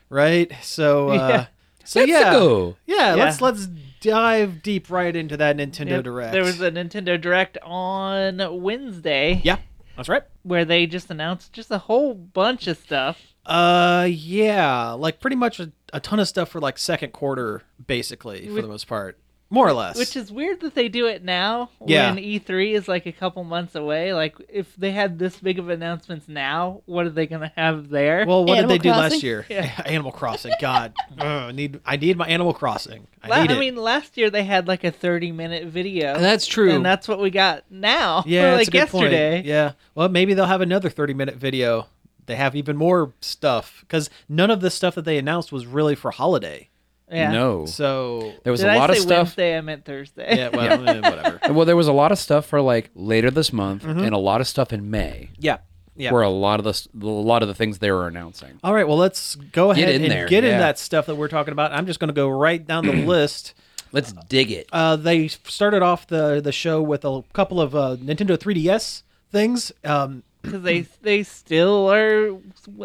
right? So, uh,
Yeah.
so
Let's
yeah.
go.
yeah,
Yeah.
let's let's dive deep right into that Nintendo
Yep,
Direct.
There was a Nintendo Direct on Wednesday.
yeah, that's right.
Where they just announced just a whole bunch of stuff.
Uh, yeah, like pretty much a, a ton of stuff for like second quarter, basically for the most part, more or less.
Which is weird that they do it now
Yeah.
when E3 is like a couple months away. Like, if they had this big of announcements now, what are they going to have there?
well, what
Animal
did they do last
Crossing?
year?
Yeah.
<laughs> Animal Crossing. God, Ugh, I need I need my Animal Crossing. I
La-
need it.
mean, last year they had like a 30 minute video.
That's true.
And that's what we got now.
yeah,
or,
that's
<laughs> like
a good point.
yesterday.
Yeah, well, maybe they'll have another thirty minute video. They have even more stuff because none of the stuff that they announced was really for holiday.
Yeah.
No,
So
there was
Did
a
I
lot
say
of stuff.
Wednesday? I meant Thursday.
yeah,
<laughs>
well, eh, whatever.
Well, there was a lot of stuff for like later this month, and a lot of stuff in May,
Yeah, Mm-hmm. yeah.
where a lot of the s- a lot of the things they were announcing.
All right, well, let's go ahead
Get in
and
there,
get in
yeah.
that stuff that we're talking about. I'm just going to go right down the list.
Let's dig it.
Uh, they started off the the show with a couple of uh, Nintendo 3DS things. Um,
Because they, they still are,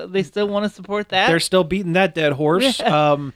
they still want to support that.
they're still beating that dead horse.
<laughs>
Um,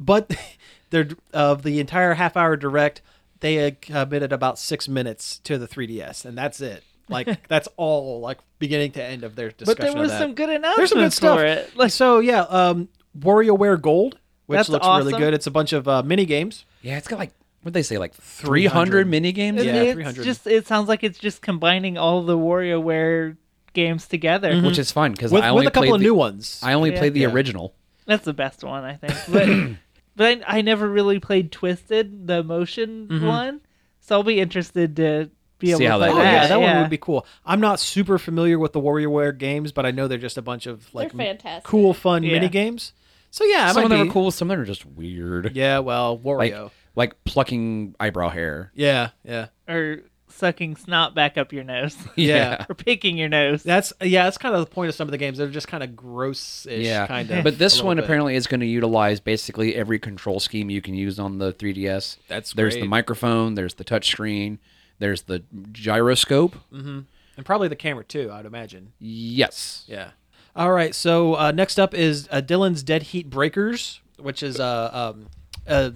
but <laughs> they're of the entire half hour direct, they uh, committed about six minutes to the 3DS, and that's it.
<laughs>
Like that's all, like beginning to end of their discussion.
but there
of
was
that.
some good announcements
There's some good stuff.
for it. Like,
so yeah, um, WarioWare Gold, which
That's
looks really
awesome.
good. It's a bunch of uh, mini games.
Yeah, it's got like what they say, like three hundred mini games.
and
Yeah,
it's
300.
just it sounds like it's just combining all the WarioWare games together.
which is fun because
Mm-hmm. with,
I
with
only
a couple
played
of
the,
new ones.
I only
Yeah.
played the
Yeah.
original.
That's the best one, I think. But
<coughs>
but I, I never really played Twisted, the motion one, so I'll be interested to be able
Mm-hmm. See
to
how
play
that
oh
goes.
yeah,
that.
that one would be cool. I'm not super familiar with the WarioWare games, but I know they're just a bunch of like m-
fantastic.
cool, fun
Yeah.
mini games. So yeah, I
some
might
of them
be-
are cool, some of them are just weird.
Yeah, well,
like
Wario.
like plucking
<laughs>
eyebrow hair.
yeah,
<laughs>
yeah,
or sucking snot back up your nose <laughs>
yeah,
or picking your nose.
That's yeah, that's kind of the point of some of the games. They're just kind of gross-ish,
Yeah,
kind of.
but
a
this
little
one
bit.
apparently is going to utilize basically every control scheme you can use on the 3DS.
That's
there's
great.
the microphone, there's the touch screen, there's the gyroscope.
Mm. and probably the camera too. I'd imagine.
Yes,
Yeah. All right. So uh, next up is uh, Dylan's Dead Heat Breakers, which is uh, um, uh,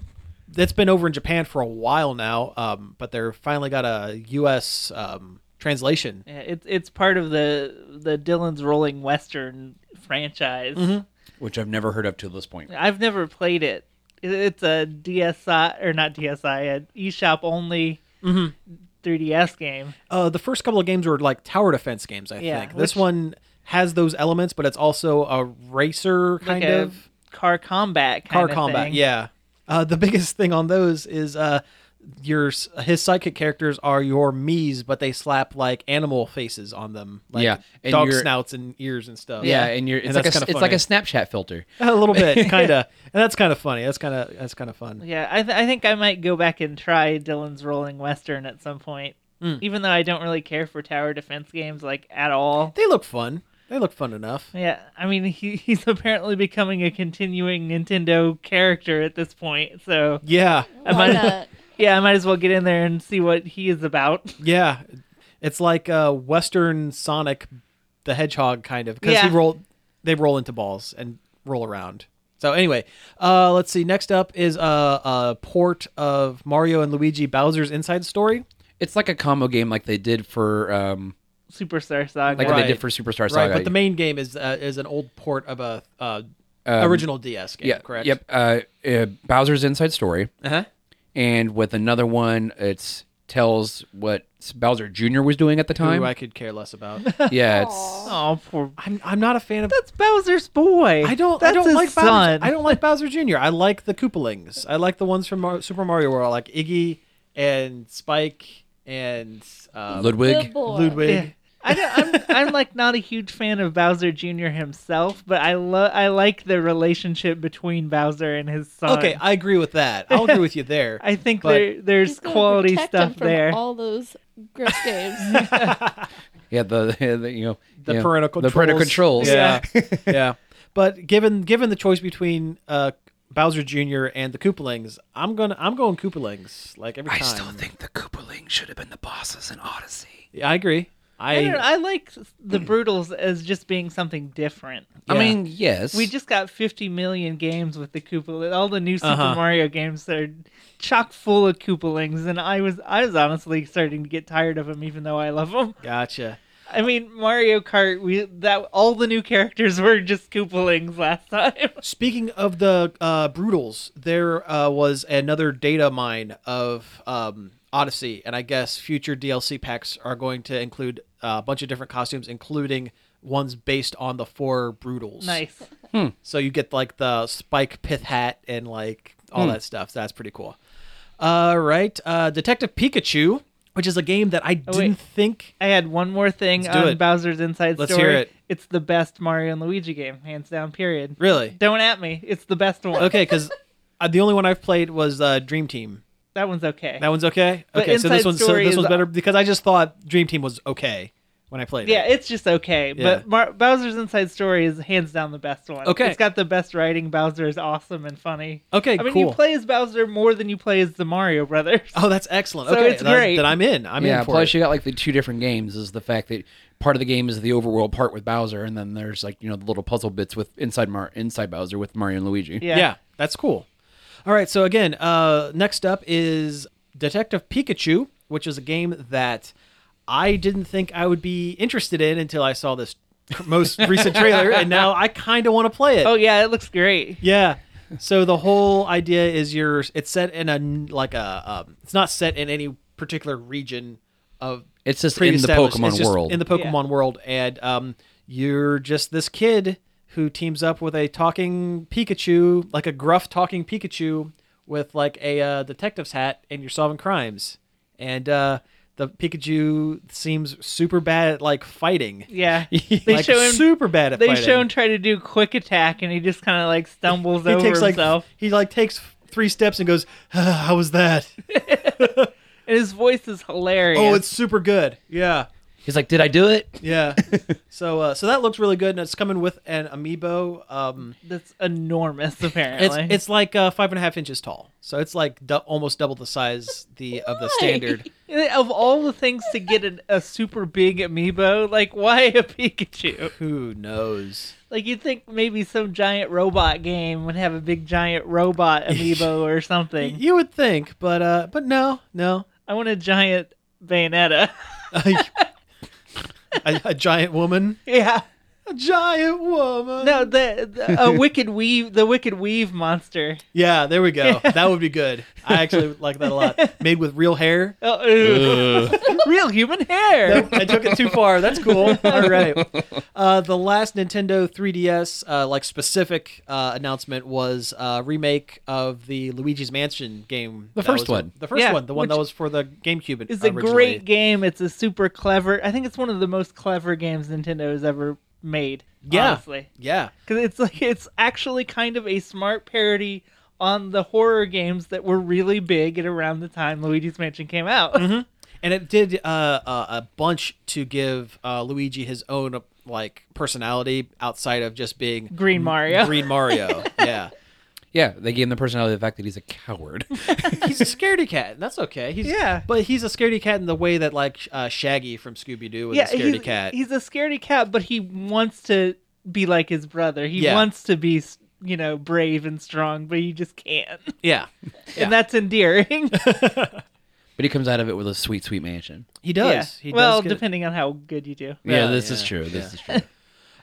that's been over in Japan for a while now, um, but they're finally got a U.S. Um, translation.
Yeah, it's it's part of the the Dylan's Rolling Western franchise.
Mm-hmm.
which I've never heard of till this point.
I've never played it. It- It's a DSI or not DSI, an eShop only
Mm-hmm.
3DS game.
Uh, the first couple of games were like tower defense games, I
Yeah,
think. This
which-
one has those elements, but it's also a racer
Like
kind
a
of.
car combat kind
car
of
combat.
thing.
Yeah. Uh, the biggest thing on those is uh, your s- his psychic characters are your me's, but they slap like animal faces on them, like
Yeah, and
dog
you're-
snouts and ears and stuff.
Yeah, and you're it's like a,
that's
s- it's
kinda
like a
funny.
Snapchat filter.
<laughs> a little
<laughs>
bit, kind of, and that's kind of funny. That's kind of that's kind of fun.
Yeah, I, th- I think I might go back and try Dylan's Rolling Western
Hmm.
at some point. Even though I don't really care for tower defense games like at all.
They look fun. They look fun enough.
Yeah, I mean, he, he's apparently becoming a continuing Nintendo character at this point. So
Yeah,
I
Why
might- <laughs>
not?
yeah, I might as well get in there and see what he is about. <laughs>
yeah. It's like uh, Western Sonic, the Hedgehog kind of because
Yeah.
he roll. They roll into balls and roll around. So anyway, uh, let's see. Next up is uh, a port of Mario and Luigi Bowser's Inside Story.
It's like a combo game, like they did for um,
Superstar Saga.
like what they
Right.
did for Superstar
Right,
Saga.
but the main game is uh, is an old port of a uh,
Um,
original DS game.
yeah,
correct.
Yep. Uh, uh, Bowser's Inside Story,
Uh-huh.
and with another one, it's tells what Bowser Jr. was doing at the time.
Who I could care less about. <laughs>
<laughs> yeah, it's
Oh, poor.
I'm I'm not a fan of.
That's Bowser's boy.
I don't.
That's
I don't
his
like
son.
Bowser. I don't
<laughs>
like Bowser Jr. I like the Koopalings. I like the ones from Mar- Super Mario World, like Iggy and Spike and um,
uh, Ludwig.
Good boy.
Ludwig.
Yeah. I
<laughs>
am I'm like not a huge fan of Bowser Jr. himself, but I love I like the relationship between Bowser and his son.
Okay, I agree with that. I'll agree with you there.
<laughs> I think
but-
there there's
He's gonna
quality
protect him
stuff
from
there.
All those gross games.
<laughs>
Yeah, the, <laughs> the you know
The
yeah,
parental
the parental controls.
Yeah, <laughs> yeah. But given given the choice between uh, Bowser Jr. and the Koopalings, I'm gonna I'm going Koopalings like every
I
time.
still think the Koopaling should have been the bosses in Odyssey.
Yeah, I agree. I,
I, don't know, I like
<clears throat>
the Brutals as just being something different.
I
Yeah.
mean, yes,
We just got 50 million games with the Koopa. All the new Super
Uh-huh.
Mario games are chock full of Koopalings, and I was I was honestly starting to get tired of them, even though I love them.
gotcha.
I mean, Mario Kart. We that all the new characters <laughs> were just Koopalings last time. <laughs>
Speaking of the uh, Brutals, there uh, was another data mine of um, Odyssey, and I guess future DLC packs are going to include uh, a bunch of different costumes, including ones based on the four Brutals.
nice.
So you get like the Spike pith hat and like all
Hmm.
that stuff. So that's pretty cool. All right, uh, Detective Pikachu, which is a game that I
Oh,
didn't
wait.
think.
I had one more thing
Let's do
on
it.
Bowser's Inside
Let's
Story.
hear it.
It's the best Mario and Luigi game, hands down. Period.
Really?
Don't at me. It's the best one.
Okay, because the only one I've played was uh, Dream Team.
That one's okay.
That one's okay.
But
okay, so this
Inside
one's so
Story
this
is-
one's better because I just thought Dream Team was okay when I played
yeah,
it.
it's just okay.
Yeah.
But Mar- Bowser's Inside Story is hands down the best one.
Okay.
It's got the best writing. Bowser is awesome and funny.
Okay,
I mean,
cool.
you play as Bowser more than you play as the
<laughs>
Mario Brothers.
oh, that's excellent.
So
okay,
it's
then,
great.
then I'm in. I'm
yeah.
in for
plus,
it.
you got like the two different games. Is the fact that part of the game is the overworld part with Bowser, and then there's like you know the little puzzle bits with inside Mar inside Bowser with Mario and Luigi.
Yeah.
yeah. that's cool. All right, so again, uh, next up is Detective Pikachu, which is a game that I didn't think I would be interested in until I saw this
<laughs>
most recent trailer, and now I kind of want to play it.
Oh yeah, it looks great.
Yeah. So the whole idea is you're it's set in a like a um, it's not set in any particular region of
It's just in the
pre-established.
Pokemon
It's just
world.
in the Pokemon world, and um, you're just this kid who teams up with a talking Pikachu, like a gruff talking Pikachu with like a uh, detective's hat, and you're solving crimes. And uh, the Pikachu seems super bad at like fighting.
Yeah.
They <laughs> like,
show him-
super bad at
They
fighting.
show him try to do quick attack, and he just kind of like stumbles over
like
himself.
he like takes three steps and goes, "Ah, "How was
<laughs>
that?"
And his voice is hilarious.
Oh, it's super good. Yeah.
He's like, did I do it?
Yeah. <laughs> so uh, so that looks really good, and it's coming with an amiibo. Um,
that's enormous. Apparently,
<laughs> it's it's like uh, five and a half inches tall, so it's like du- almost double the size the of the standard.
Of all the things to get an, a super big amiibo, like why a Pikachu?
Who knows?
Like you'd think maybe some giant robot game would have a big
<laughs>
giant robot amiibo or something.
You would think, but uh, but no, no, <laughs>
I want a giant Bayonetta. <laughs>
a, a giant woman,
yeah.
a giant woman.
No, the,
<laughs>
the a wicked weave, the wicked weave monster.
Yeah, there we
<laughs>
go. That would be good. I actually would like that a lot. Made with real hair.
Oh, ew. <laughs> Real human hair.
I took it too far. That's cool. All right. Uh, the last Nintendo 3DS uh, like specific uh, announcement was a remake of the Luigi's Mansion game.
The
that
first
was-
one.
The first
Yeah,
one, the one that
which
was for the GameCube.
<laughs> It's
<laughs>
a
originally.
great game. It's a super clever. I think it's one of the most clever games Nintendo has ever made.
Yeah.
Honestly.
Yeah.
because it's like it's actually kind of a smart parody on the horror games that were really big at around the time Luigi's Mansion came out.
And it did uh, uh, a bunch to give uh, Luigi his own like personality outside of just being
<laughs> Green Mario.
Mm-hmm. Green Mario. yeah.
Yeah, they gave him the personality of the fact that he's
<laughs>
a coward.
He's a scaredy cat, and that's okay. He's,
<laughs> Yeah.
but he's a scaredy cat in the way that like Sh- uh, Shaggy from Scooby Doo was
yeah,
a scaredy
he's,
cat.
he's a scaredy cat, but he wants to be like his brother. He
Yeah.
wants to be, you know, brave and strong, but he
<laughs>
just can't.
yeah, Yeah.
And that's endearing.
but he comes out of it with a sweet, sweet mansion.
he does.
<laughs> Yeah.
He
well,
does get-
depending on how good you do.
Yeah,
Yeah, this is
yeah,
true. This
yeah.
is true.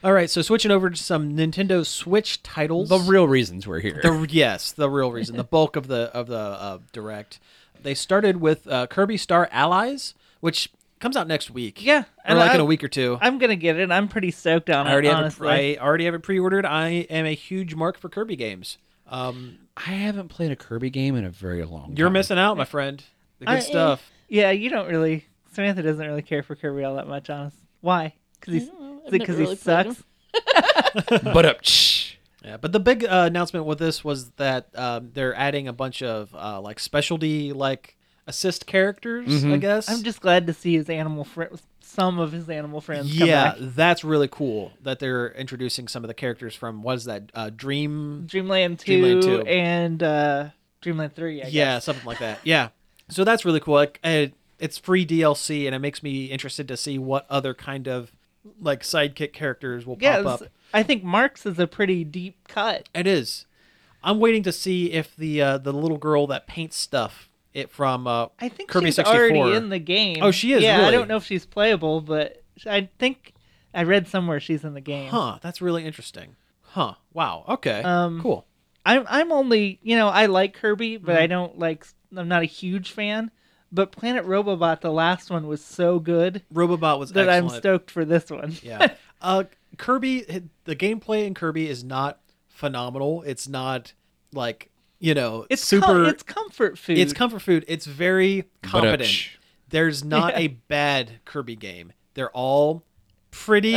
All right, so switching over to some Nintendo Switch titles.
the real reasons we're here. <laughs>
The- yes, the real reason, the bulk of the of the uh, direct. They started with uh, Kirby Star Allies, which comes out next week.
Yeah,
or
and
like
I-
in a week or two.
I'm gonna get it. I'm pretty stoked on
I already
it.
have it,
Honestly,
I already have it pre-ordered. I am a huge mark for Kirby games. Um,
I haven't played a Kirby game in a very long.
you're
time.
missing out, my friend. The good
I-
stuff.
yeah, you don't really. Samantha doesn't really care for Kirby all that much, honest. Why? Because he's
I've
because
never
he
really played
sucks.
him.
But up. shh.
Yeah, but the big uh, announcement with this was that um, they're adding a bunch of uh, like specialty like assist characters. I
Mhm.
guess.
I'm just glad to see his animal friends, some of his animal friends. Come
yeah,
back.
that's really cool that they're introducing some of the characters from what is that uh, Dream?
Dreamland two,
Dreamland 2.
and uh, Dreamland three. I
Yeah,
guess.
something like that. Yeah, so that's really cool. Like, uh, it's free DLC, and it makes me interested to see what other kind of like sidekick characters will
yeah.
pop
it's-
up.
I think Mark's is a pretty deep cut.
It is. I'm waiting to see if the uh, the little girl that paints stuff it from uh,
I think
Kirby
she's
64.
already in the game.
Oh, she is,
Yeah, I
really?
don't know if she's playable, but I think I read somewhere she's in the game.
Huh, that's really interesting. Huh. Wow. Okay.
Um,
cool.
I'm I'm only you know I like Kirby, but
Mm-hmm.
I don't like I'm not a huge fan. But Planet Robobot, the last one was so good
Robobot was
that
excellent.
I'm stoked for this one.
<laughs> yeah. Uh, Kirby, the gameplay in Kirby is not phenomenal. It's not like you know,
It's com-
super.
it's comfort food.
it's comfort food. It's very competent.
shh.
There's
<laughs>
not a bad Kirby game. They're all
<laughs>
pretty.
<laughs>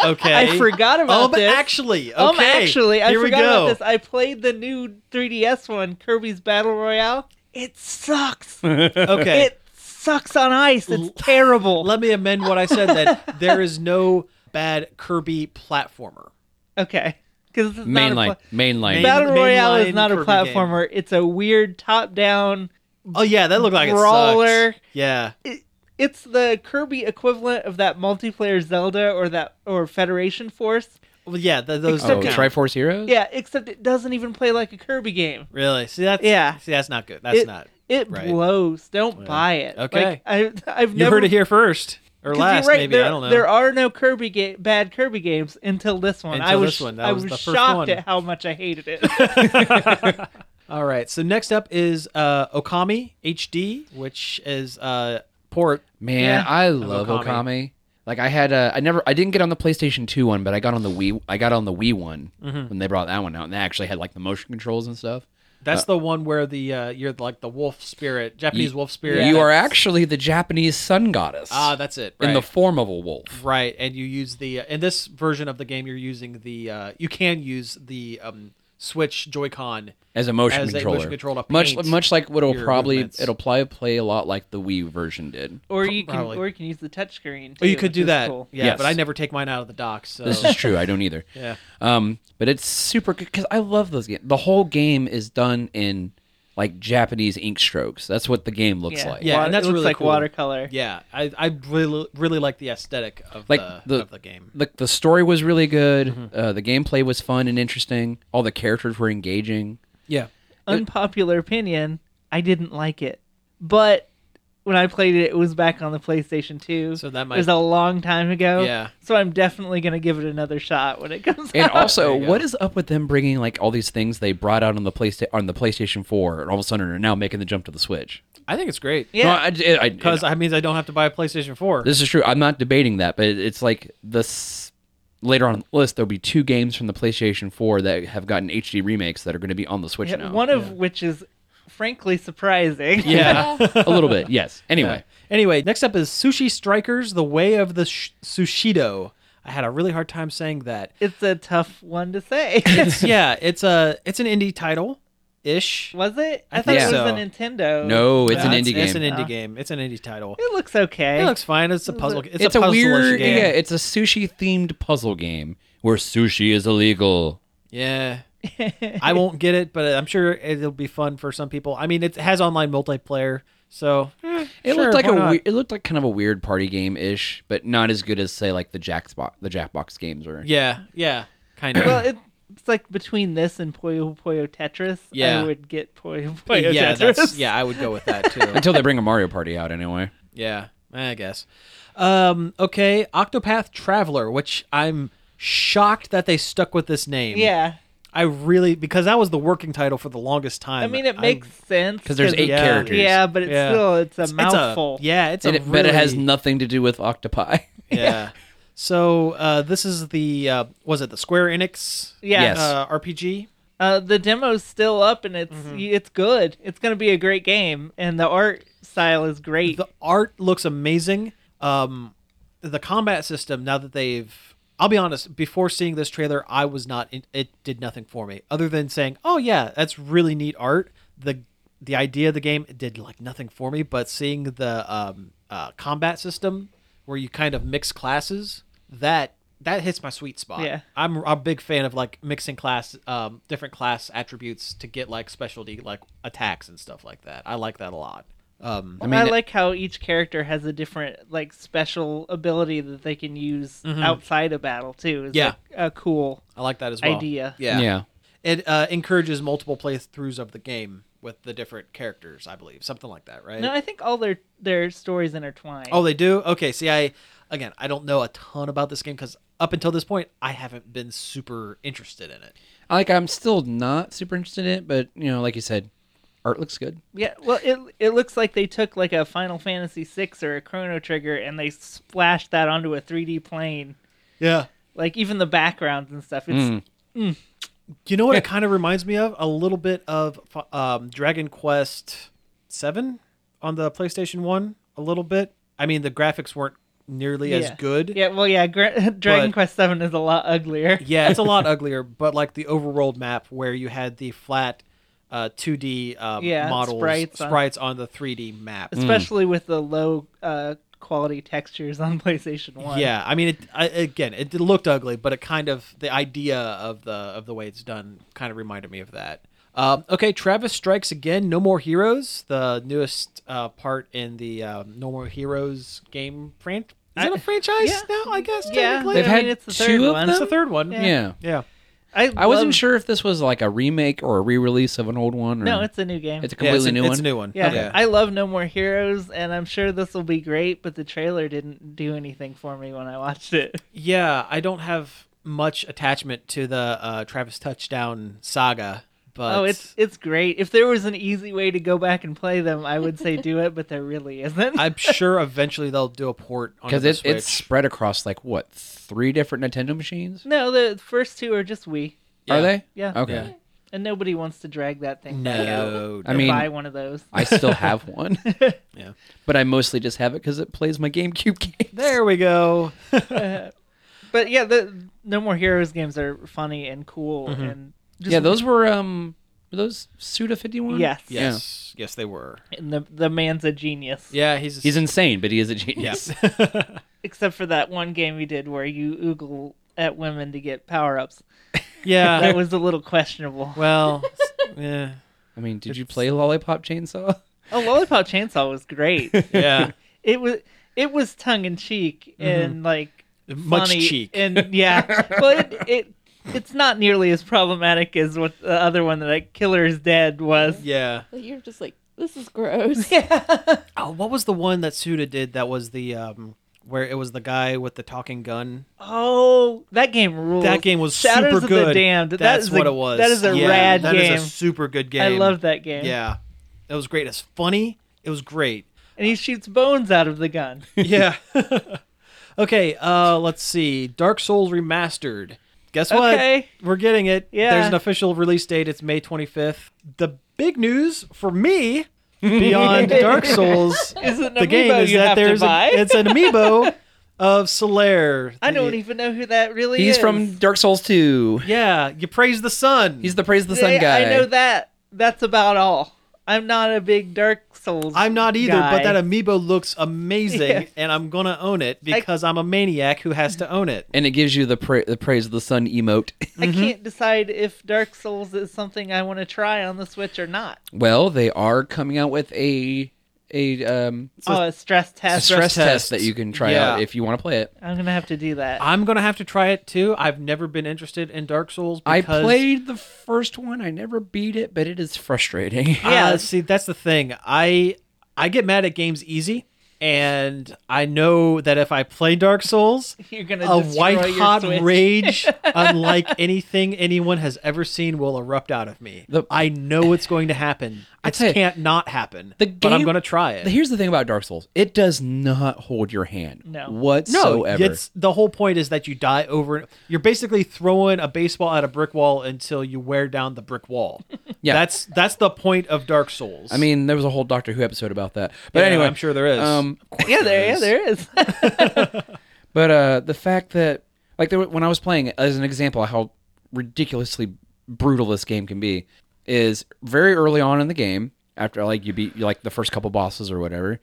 <laughs> Okay.
I forgot about
um,
this.
actually, okay.
Um, actually, I
Here we
forgot
go.
about this. I played the new 3DS one, Kirby's Battle Royale. It sucks.
<laughs> Okay.
<laughs> It sucks on ice.
<laughs>
It's
L-
terrible.
Let me amend what I said. That there is no bad Kirby platformer.
okay, because this is not a
Mainline.
pla-
Mainline.
Main-
Battle Royale
mainline
is not a
Kirby
platformer. It's a weird top-down
Oh yeah, that looked like it
Brawler.
sucked. Yeah.
it's the Kirby equivalent of that multiplayer Zelda or that or Federation Force.
Well, yeah. Th- those.
oh,
don't
Except-
count.
Triforce Heroes.
Yeah, except it doesn't even play like a Kirby game.
Really? See that's
Yeah.
See that's not good. That's
It-
not.
It
Right.
blows. Don't buy it.
Okay.
Like, I, I've
You
never
heard it here first or
<laughs> 'cause
last,
you're right,
maybe
There,
I don't know.
There are no Kirby ga- bad Kirby games until this one. I
Until
was
this one. That
I
was
was,
the first
shocked
one.
at how much I
<laughs>
hated it. <laughs>
All right. So next up is uh, Okami HD, which is uh, port.
Man,
Yeah.
I love
Okami.
Okami. Like I had a, I never, I didn't get on the PlayStation Two one, but I got on the Wii. I got on the Wii one
Mm-hmm.
when they brought that one out, and they actually had like the motion controls and stuff.
That's the one where the uh, you're like the wolf spirit, Japanese wolf spirit.
You are
that's-
actually the Japanese sun goddess
ah, that's it. Right.
in the form of a wolf.
right, and you use the uh, in this version of the game, you're using the uh, you can use the um, Switch Joy-Con.
as a motion
As a
controller.
motion controller,
much
paint
much like what it'll
your
probably
movements.
it'll probably play a lot like the Wii version did.
or you can
Probably.
or you can use the touchscreen.
Oh, you
too,
could
which
do
is
that.
cool.
Yeah,
Yes.
but I never take mine out of the dock. So
This is true. I don't either.
<laughs> yeah.
Um, but it's super good because I love those games. The whole game is done in like Japanese ink strokes. That's what the game looks like.
Yeah, and
Water-
that's
it looks
really
like
cool.
watercolor.
Yeah, I, I really really like the aesthetic of
Like
the,
the-
of the game.
The, the story was really good.
Mm-hmm.
Uh, the gameplay was fun and interesting. All the characters were
<laughs>
engaging.
Yeah,
unpopular opinion, I didn't like it. But when I played it, it was back on the PlayStation 2.
So that
it was
might-
a long time ago.
Yeah.
So I'm definitely going to give it another shot when it comes
And
out.
also,
you go.
what is up with them bringing like all these things they brought out on the PlayStation on the PlayStation 4 and all of a sudden are now making the jump to the Switch?
I think it's great.
No,
<laughs> yeah.
I, I- I-
because that means I don't have to buy a PlayStation Four.
This is true. I'm not debating that, but it's like this later on the list there'll be two games from the PlayStation 4 that have gotten HD remakes that are going to be on the Switch now.
One of which is frankly surprising.
<laughs>
<laughs>
yeah.
<laughs> a little
<laughs>
bit. Yes. Anyway,
Anyway, next up is Sushi Strikers: The Way of the sh- Sushido. I had a really hard time
<laughs>
saying that.
It's a tough one to say.
It's yeah, it's a it's an indie title. ish.
<laughs> Was it? I thought
think
it was
so.
a Nintendo.
No, Oh, it's
Yeah,
an indie game.
It's an indie
Yeah.
game. Uh, It's an indie title.
It looks okay.
It looks fine. It's a puzzle. It's,
it's
a,
a,
puzzle
weird
game.
yeah it's a sushi themed puzzle game where sushi is illegal
Yeah. I won't get it, but I'm sure it'll be fun for some people. I mean, it has online multiplayer, so
it
sure,
looked like
why
a
not?
we- it looked like kind of a weird party game ish but not as good as say like the jackbox the jackbox games were
yeah, yeah, kind of.
well, it, <laughs> it's like between this and Puyo Puyo Tetris.
Yeah.
I would get Puyo Puyo
yeah,
Tetris.
that's, yeah, I would go with that too.
<laughs> until they bring a mario party out anyway
yeah, I guess. Um, okay, Octopath Traveler, which I'm shocked that they stuck with this name.
<laughs> Yeah.
I really because that was the working title for the longest time.
I mean, it
I'm-
makes sense
'Cause there's eight
yeah.
characters.
Yeah, but it's
Yeah.
still it's a
it's
mouthful.
A, yeah, it's a
And it- but it has
really-
nothing to do with octopi <laughs>
yeah. So uh, this is the uh, was it the Square Enix
yeah.
Yes.
uh, RPG?
Uh, the demo's still up, and it's
Mm-hmm.
it's good. It's gonna be a great game, and the art style is great.
The art looks amazing. Um, the combat system. Now that they've, I'll be honest. Before seeing this trailer, I was not. It, it did nothing for me other than saying, "Oh yeah, that's really neat art." The the idea of the game it did like nothing for me, but seeing the um, uh, combat system where you kind of mix classes that that hits my sweet spot.
Yeah.
I'm a big fan of like mixing class, um, different class attributes to get like specialty like attacks and stuff like that. I like that a lot. Um,
I, like how each character has a different like special ability that they can use outside of battle too. Is
Yeah.
like, a cool
I like that as well.
idea.
Yeah. It uh, encourages multiple playthroughs of the game with the different characters, I believe. Something like that, right?
No, I think all their their stories intertwine.
oh, they do? Okay. See, I, again, I don't know a ton about this game because up until this point, I haven't been super interested in it.
like i'm still not super interested in it but you know like you said art looks good
yeah. Well, it it looks like they took like a Final Fantasy VI or a Chrono Trigger and they splashed that onto a 3D plane.
Yeah.
Like even the backgrounds and stuff. It's
You <laughs> know what it kind of reminds me of? A little bit of um, Dragon Quest Seven on the PlayStation 1. A little bit. I mean, the graphics weren't nearly as
Yeah.
good.
yeah. Well, yeah. Gra- <laughs> Dragon
But-
Quest Seven is a lot uglier.
Mm.
Yeah, it's a lot <laughs> uglier, but like the overworld map where you had the flat uh, 2D um,
Yeah,
models, sprites,
sprites on-
on the 3D map.
Especially with the low uh, quality textures on <laughs> PlayStation
Hmm.
One.
Yeah, I mean, it, I, again, it did- looked ugly, but it kind of the idea of the of the way it's done kind of reminded me of that. Um, okay, Travis Strikes Again, No More Heroes, the newest uh, part in the um, No More Heroes game. Fran- is that a franchise
yeah.
now? I guess.
Yeah.
technically?
they've
I
had
mean, it's the
two
third
of
one.
them
It's the third one.
yeah,
Yeah.
I,
i wasn't
love-
sure if this was like a remake or a re-release of an old one or
No, it's a new game.
it's a
Yeah,
completely
it's a-
new one
It's a new one.
Yeah,
Okay.
I love No More Heroes, and I'm sure this will be great. But the trailer didn't do anything for me when I watched it.
Yeah, I don't have much attachment to the uh, Travis touchdown saga, but
oh, it's
<laughs>
it's great. If there was an easy way to go back and play them, I would say do it. But there really
<laughs>
isn't.
I'm sure eventually they'll do a port on
because
the
it,
Switch.
it's spread across like what three different Nintendo
<laughs>
machines?
no, the first two are just Wii,
Are they?
Yeah.
Okay.
Yeah.
and nobody wants to drag that thing back out.
no,
I
to
mean-
buy one of those.
I still
<laughs>
have one.
Yeah.
But I mostly just have it because it plays my GameCube <laughs> games.
there we <laughs> go.
But yeah, the No More Heroes games are funny and cool, and just,
yeah, those were um, were those Suda fifty one.
Yes.
Yes, yes, they were.
And the the man's a genius.
Yeah, he's
He's insane, but he is a
yeah.
genius.
Except for that one game we did where you oogle at women to get power ups.
<laughs> yeah.
That was a little questionable.
Uh, <laughs> well, yeah,
I mean, did you play Lollipop Chainsaw?
Oh, Lollipop Chainsaw was
<laughs>
great.
yeah.
it was it was tongue in cheek and like
Mm-hmm. Much
funny
cheek.
and yeah,
<laughs>
but it, it it's not nearly as problematic as what the other one that Killer is Dead was.
yeah.
You're just like, this
<laughs>
is gross.
<laughs> Oh, what was the one that Suda did? That was the um, where it was the guy with the talking gun.
Oh, that game rules.
That game was
Shadows
super
of
good.
The Damned. that
That's
is
what
a,
it was.
That is a
Yeah,
rad game.
That is a super good game.
I love that game.
Yeah. It was great. It's funny. It was
<laughs>
great.
and he shoots bones out of the gun.
Yeah. <laughs> okay, uh let's see. Dark Souls Remastered. Guess what?
Okay.
We're getting it.
Yeah.
There's an official release date. It's May 25th. The big news for
<laughs>
me beyond Dark Souls
Is it an
the
amiibo
game is
you
that
have to
there's a-
buy?
it's
<laughs>
an amiibo of Solaire.
I don't
The-
even know who that really is.
He's from Dark Souls two.
Yeah, you praise the sun.
He's the Praise the Sun
Yeah,
guy.
I know that. that's about all. I'm not a big Dark Souls.
I'm not either,
guy.
but that amiibo looks amazing,
<laughs> Yes.
and I'm gonna own it because I, am a maniac who has to own it.
and it gives you the pra- the praise of the sun emote. <laughs>
I
mm-hmm.
can't decide if Dark Souls is something I want to try on the Switch or not.
well, they are coming out with a a um
oh, a stress
a
test.
stress test.
test.
that you can try
Yeah.
out if you want to play it.
I'm gonna have to do that.
I'm gonna have to try it too. I've never been interested in Dark Souls. Because,
I played the first one. I never beat it, but it
<laughs>
is frustrating.
Uh,
<laughs>
Yeah.
see, that's the thing. I I get mad at games easy, and I know that if I play Dark
<laughs>
Souls,
You're gonna
a
destroy
white
your
hot
Switch. <laughs>
rage unlike anything anyone has ever seen will erupt out of me.
The-
I know it's going to happen.
I
It
tell you,
can't not happen.
the
but I'm
game-
going to try it.
Here's the thing about Dark Souls: it does not hold your hand
No.
no,
whatsoever.
it's the whole point is that you die over. and- You're basically throwing a baseball at a brick wall until you wear down the brick wall.
Yeah.
that's that's the point of Dark Souls.
I mean, there was a whole Doctor Who episode about that. But
Yeah,
anyway,
I'm sure there is. <laughs>
Um,
Yeah, there, yeah, there is. <laughs>
But uh, the fact that, like, there, were- when I was playing, as an example, of how ridiculously brutal this game can be, is very early on in the game, after like you beat like the first couple bosses or whatever,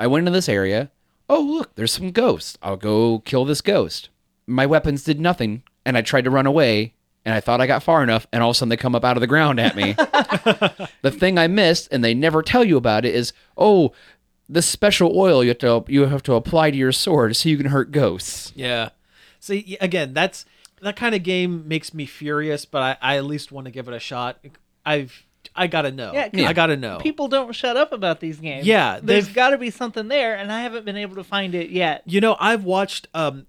I went into this area. Oh, look, there's some ghosts. I'll go kill this ghost. My weapons did nothing, and I tried to run away, and I thought I got far enough, and all of a sudden they come up out of the ground at me. the thing I missed, and they never tell you about it, is oh, this special oil you have to you have to apply to your sword so you can hurt ghosts.
yeah. See, y- again, that's that kind of game makes me furious, but I, I at least want to give it a shot. I've I gotta know.
Yeah, 'cause
I gotta know.
People don't shut up about these games.
Yeah,
there's
they've-
got to be something there, and I haven't been able to find it yet.
You know, I've watched. Um,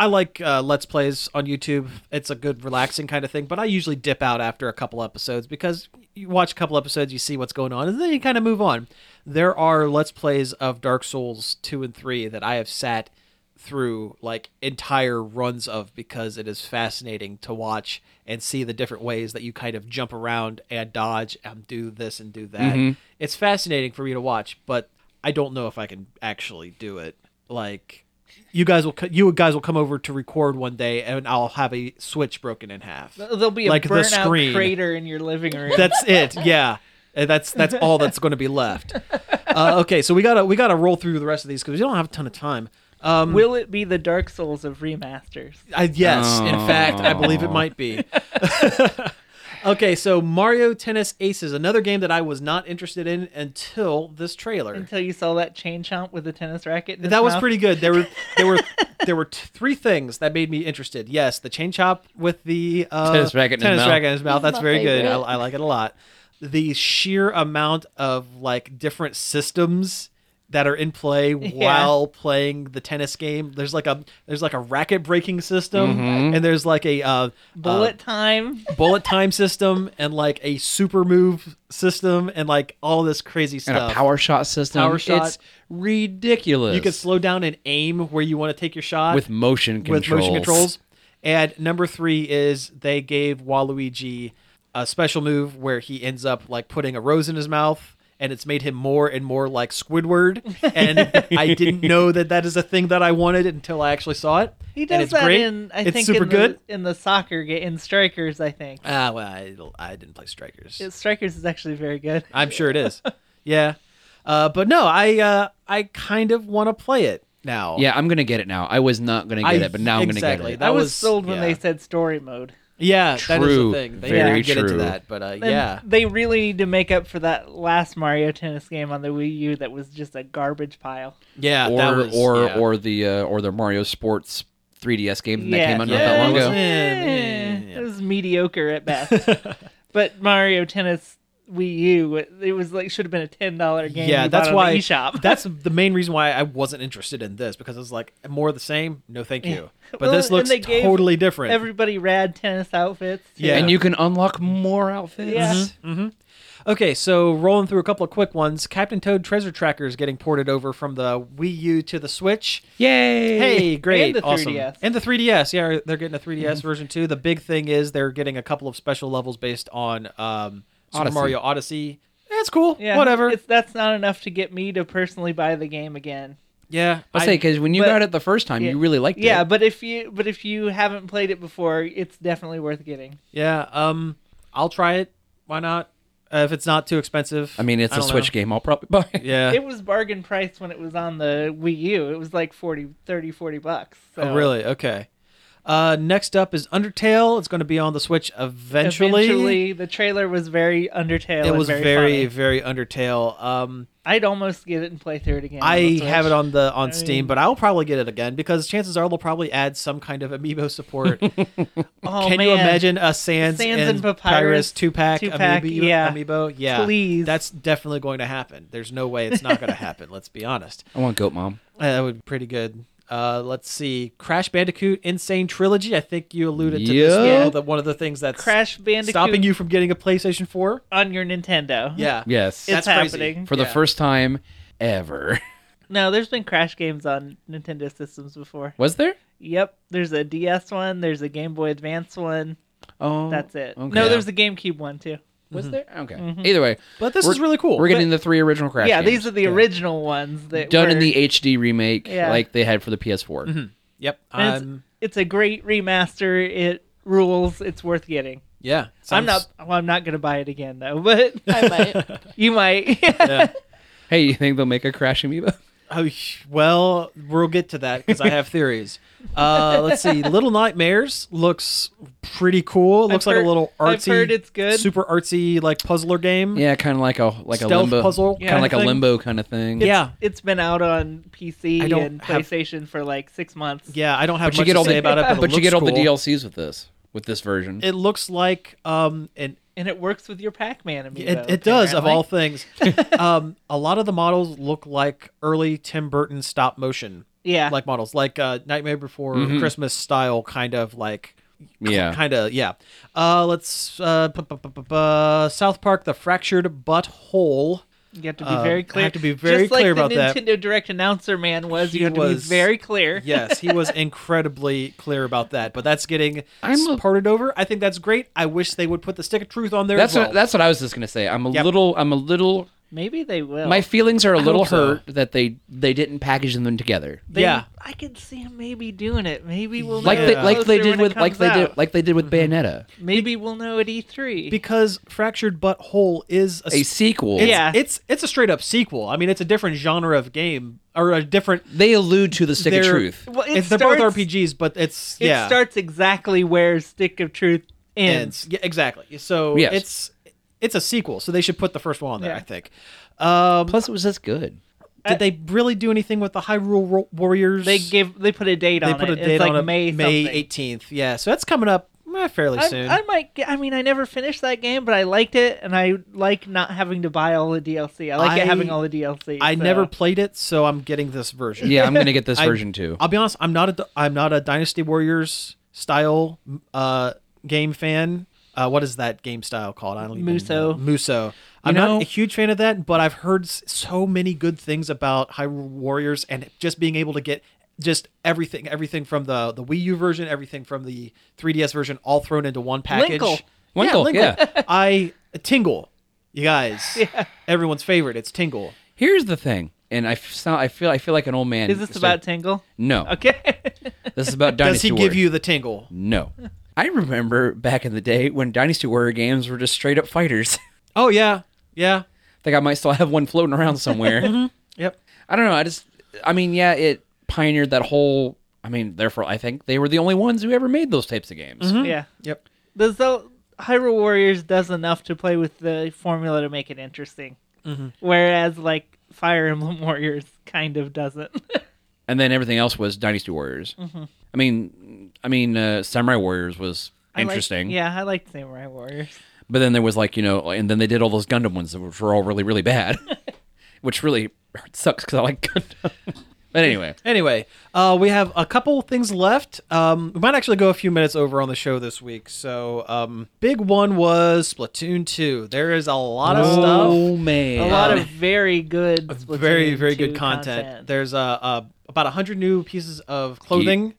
I like uh, let's plays on YouTube. It's a good, relaxing kind of thing. But I usually dip out after a couple episodes because you watch a couple episodes, you see what's going on, and then you kind of move on. There are let's plays of Dark Souls two and three that I have sat through like entire runs of because it is fascinating to watch and see the different ways that you kind of jump around and dodge and do this and do that. It's fascinating for me to watch, but I don't know if I can actually do it. Like you guys will co- you guys will come over to record one day and I'll have a switch broken in half.
There'll be a
Like the
burnout
screen.
crater in your living room.
That's it. Yeah. And That's that's all that's going to be left. Uh, okay, so we gotta we gotta roll through the rest of these because we don't have a ton of time. Um,
<laughs> Will it be the Dark Souls of remasters?
I, yes, in fact, I believe it might be. <laughs> okay, so Mario Tennis Aces, another game that I was not interested in until this trailer.
Until you saw that chain chomp with a tennis racket. in his
That was
mouth?
pretty good. There were there
<laughs>
were there were t- three things that made me interested. Yes, the chain chop with the uh,
Tennis racket in his
tennis
mouth.
racket in his mouth.
My
That's very good. I,
favorite.
I like it a lot. The sheer amount of like different systems that are in
<laughs>
play while playing the tennis game. There's like a there's like a racket breaking system,
Mm-hmm.
and there's like a uh,
Bullet time.
uh, <laughs> bullet time system, and like a super move system, and like all this crazy
And
stuff.
a power shot system.
Power shot.
It's ridiculous.
you can slow down and aim where you want to take your shot
with motion controls.
with motion controls. And number three is they gave Waluigi a special move where he ends up like putting a rose in his mouth, and it's made him more and more like Squidward. And I didn't know that that is a thing that I wanted until I actually saw it.
He
and
does
it's
that
great.
in. I
it's
think
super
in the,
good.
in the soccer game in Strikers. I think
Ah, well, I, I didn't play Strikers.
It- Strikers is actually very good.
I'm sure it is. yeah, uh, but no, I uh, I kind of want to play it now.
Yeah, I'm gonna get it now. I was not gonna get
I-
it, but now I'm gonna
exactly.
get it.
That
I was,
was-
sold when
yeah.
they said story mode.
yeah, that is the
True.
thing. They
Very
didn't get into
true.
that, but uh,
And
yeah.
They really need to make up for that last Mario Tennis game on the Wii U that was just a garbage pile.
Yeah,
or
that was,
or
yeah.
or the uh, or the Mario Sports 3DS game that
Yeah.
came out not
Yeah,
that long
it was-
ago.
Yeah, yeah, yeah.
It was mediocre
<laughs>
at best. but Mario Tennis Wii U, it- it was like should have been a ten dollar game.
yeah,
you
that's
bought on
why.
the eShop.
Uh, that's the main reason why I wasn't interested in this because I was like, more of the same. No, thank
<laughs>
you. But
Well,
this
and
looks
they gave
totally different.
Everybody rad tennis outfits. too.
Yeah. Mm-hmm.
And you can unlock more outfits. Mm-hmm.
Yeah.
okay, so rolling through a couple of quick ones. Captain Toad Treasure Tracker is getting ported over from the Wii U to the Switch.
Yay!
Hey, great,
And the
awesome,
3DS.
and the 3DS. Yeah, they're getting a 3DS
Mm-hmm.
version too. The big thing is they're getting a couple of special levels based on um, Super
Odyssey.
Mario Odyssey. That's cool.
Yeah,
Whatever.
It's, that's not enough to get me to personally buy the game again.
yeah,
I say because when you
but-
got it the first time,
Yeah.
you really liked
Yeah,
it.
but if you but if you haven't played it before, it's definitely worth getting.
Yeah, um, I'll try it. Why not? uh, if it's not too expensive.
I mean, it's a
don't
Switch
know.
game. I'll probably
<laughs>
buy it.
Yeah.
It was bargain price when it was on the Wii U. It was like 40, 30, 40 bucks. So
Oh, really? Okay. Uh, next up is Undertale. It's going to be on the Switch eventually.
Eventually, the trailer was very Undertale.
it
and
was
very.
very,
funny.
very Undertale. Um,
I'd almost get it and play through it again.
I
That's what
have it on the on
I
Steam,
mean-
but I'll probably get it again because chances are they'll probably add some kind of amiibo support.
<laughs> Oh,
Can
man.
you imagine a Sans,
Sans
and,
and Papyrus
two pack
two-pack,
amiibo?
yeah.
amiibo? Yeah,
Please.
That's definitely going to happen. There's no way it's not going to happen. Let's be honest.
I want Goat Mom.
Uh, that would be pretty good. Uh, let's see, Crash Bandicoot Insane Trilogy. I think you alluded to this.
Yeah.
Will, that one of the things that's
Crash Bandicoot
stopping you from getting a PlayStation Four.
on your Nintendo?
Yeah,
Yes.
it's
That's crazy.
happening.
For the
yeah.
first time ever.
<laughs> No, there's been Crash games on Nintendo systems before.
Was there?
Yep, there's a DS one. There's a Game Boy Advance one.
Oh,
That's it.
okay.
No, there's a GameCube one too.
Was there? Um, Okay. Either way,
but this
We're-
is really Mm-hmm. cool.
we're getting the three original Crash.
yeah,
games.
these are the original ones that
done
were,
in the HD remake,
Yeah.
like they had for the PS4.
Mm-hmm. yep.
And it's-
I'm-
It's a great remaster. It rules. It's worth getting.
yeah, <laughs>
I'm not. Well, I'm not gonna buy it again though. <laughs> But
I might.
you might.
Hey, you think they'll make a
<laughs>
Crash amiibo?
Oh, well, we'll get to that because I have theories. Uh, let's
<laughs>
see. Little Nightmares looks pretty cool. It looks like
heard-
a little artsy,
<laughs> I've heard it's good.
super artsy like puzzler game.
Yeah, kind of like a like a
Stealth
limbo
puzzle
kind
kinda
of like
thing.
a limbo kind of thing.
yeah,
it's been out on
I
PC
don't
and
have-
PlayStation for like six months.
yeah. I don't have
but you
much
get
to
all
say
the
about it, but, it
but you
looks
get all the
cool.
DLCs with this with this version.
It looks like um, an
and it works with your Pac-Man amiibo.
It, it does, of
apparently.
all things. um, a lot of the models look like early Tim Burton stop motion,
Yeah,
like models, like uh, Nightmare Before
Mhm.
Christmas style, kind of like,
yeah,
kind of, yeah. Uh, let's uh, bu- bu- bu- bu- bu- uh, South Park: The Fractured Butthole.
you have to be
uh,
very
I
clear.
have to be very
Just like
clear about
the
that.
Nintendo Direct announcer man was.
He
you have to be
was-
very clear.
Yes, he
<laughs>
was incredibly clear about that, but that's getting
I'm a-
parted over. I think that's great. I wish they would put the stick of truth on there.
that's
as well.
what that's what I was just gonna say. I'm a
Yep.
little I'm a little
<laughs> Maybe they will.
my feelings are a little
hope so.
hurt that they they didn't package them together.
They-
yeah.
I can see him maybe doing it. Maybe we'll
Like
know
they
it
like they
closer
did
when it
with like
comes
they did
out.
like they did with
Mm-hmm.
Bayonetta.
Maybe we'll know at E E3.
because Fractured Butthole is
A sequel.
It's,
Yeah.
it's it's a straight up sequel. I mean, it's a different genre of game or a different.
They allude to the stick of
They're-
truth.
well, it
It's, they're
starts,
both RPGs, but it's
It
yeah
starts exactly where Stick of Truth ends.
ends. Yeah, exactly. So
Yes.
it's it's a sequel, so they should put the first one on there.
Yeah.
I think. Um,
Plus, it was
<laughs>
just good.
did they really do anything with the Hyrule Ro- Warriors?
They give they put a date
they
on
put
it.
a
It's
date
like
on it,
May
May
something.
eighteenth. Yeah, so that's coming up eh, fairly
I'm-
soon.
I might. Get, I mean, I never finished that game, but I liked it, and I like not having to buy all the DLC. I like
I-
it having all the DLC.
I
so.
never played it, so I'm getting this version.
Yeah, I'm gonna get this
<laughs> I-
version too.
I'll be honest. I'm not a I'm not a Dynasty Warriors style uh, game fan. Uh, what is that game style called? I don't even
Muso.
know. Muso. I'm
know-
not a huge fan of that, but I've heard s- so many good things about Hyrule Warriors and just being able to get just everything, everything from the the Wii U version, everything from the 3DS version, all thrown into one package.
Linkle.
Winkle,
Linkle.
yeah.
I Tingle, you guys, everyone's favorite. It's Tingle.
Here's the thing, and I f- sound, I feel I feel like an old man.
Is this
So-
about Tingle?
No,
<laughs> Okay.
this is about
Does
Dynasty
he
Warrior.
give you the tingle?
No, I remember back in the day when Dynasty Warrior games were just straight up fighters. <laughs>
Oh yeah, yeah,
I think I might still have one floating around
<laughs> Mm-hmm.
somewhere.
yep.
I don't know. I just, I mean, yeah, it pioneered that whole. I mean, therefore, I think they were the only ones who ever made those types of games.
yeah.
Hmm. Yep.
The Zel- Hyrule Warriors does enough to play with the formula to make it interesting,
Mm-hmm.
whereas like Fire Emblem <laughs> Warriors kind of doesn't. <laughs>
And then everything else was Dynasty Warriors.
Mm-hmm.
I mean, I mean, uh, Samurai Warriors was
I liked-
interesting.
yeah, I liked Samurai Warriors.
But then there was like, you know, and then they did all those Gundam ones, which were all really, really
<laughs>
bad, which really sucks because I like Gundam. <laughs> but anyway,
Anyway, uh, we have a couple things left. Um, we might actually go a few minutes over on the show this week. So, um, big one was Splatoon 2. There is a lot of stuff.
man,
A
<laughs>
lot of very good, Splatoon
Very, very
2
good content. There's uh, uh, about 100 new pieces of clothing,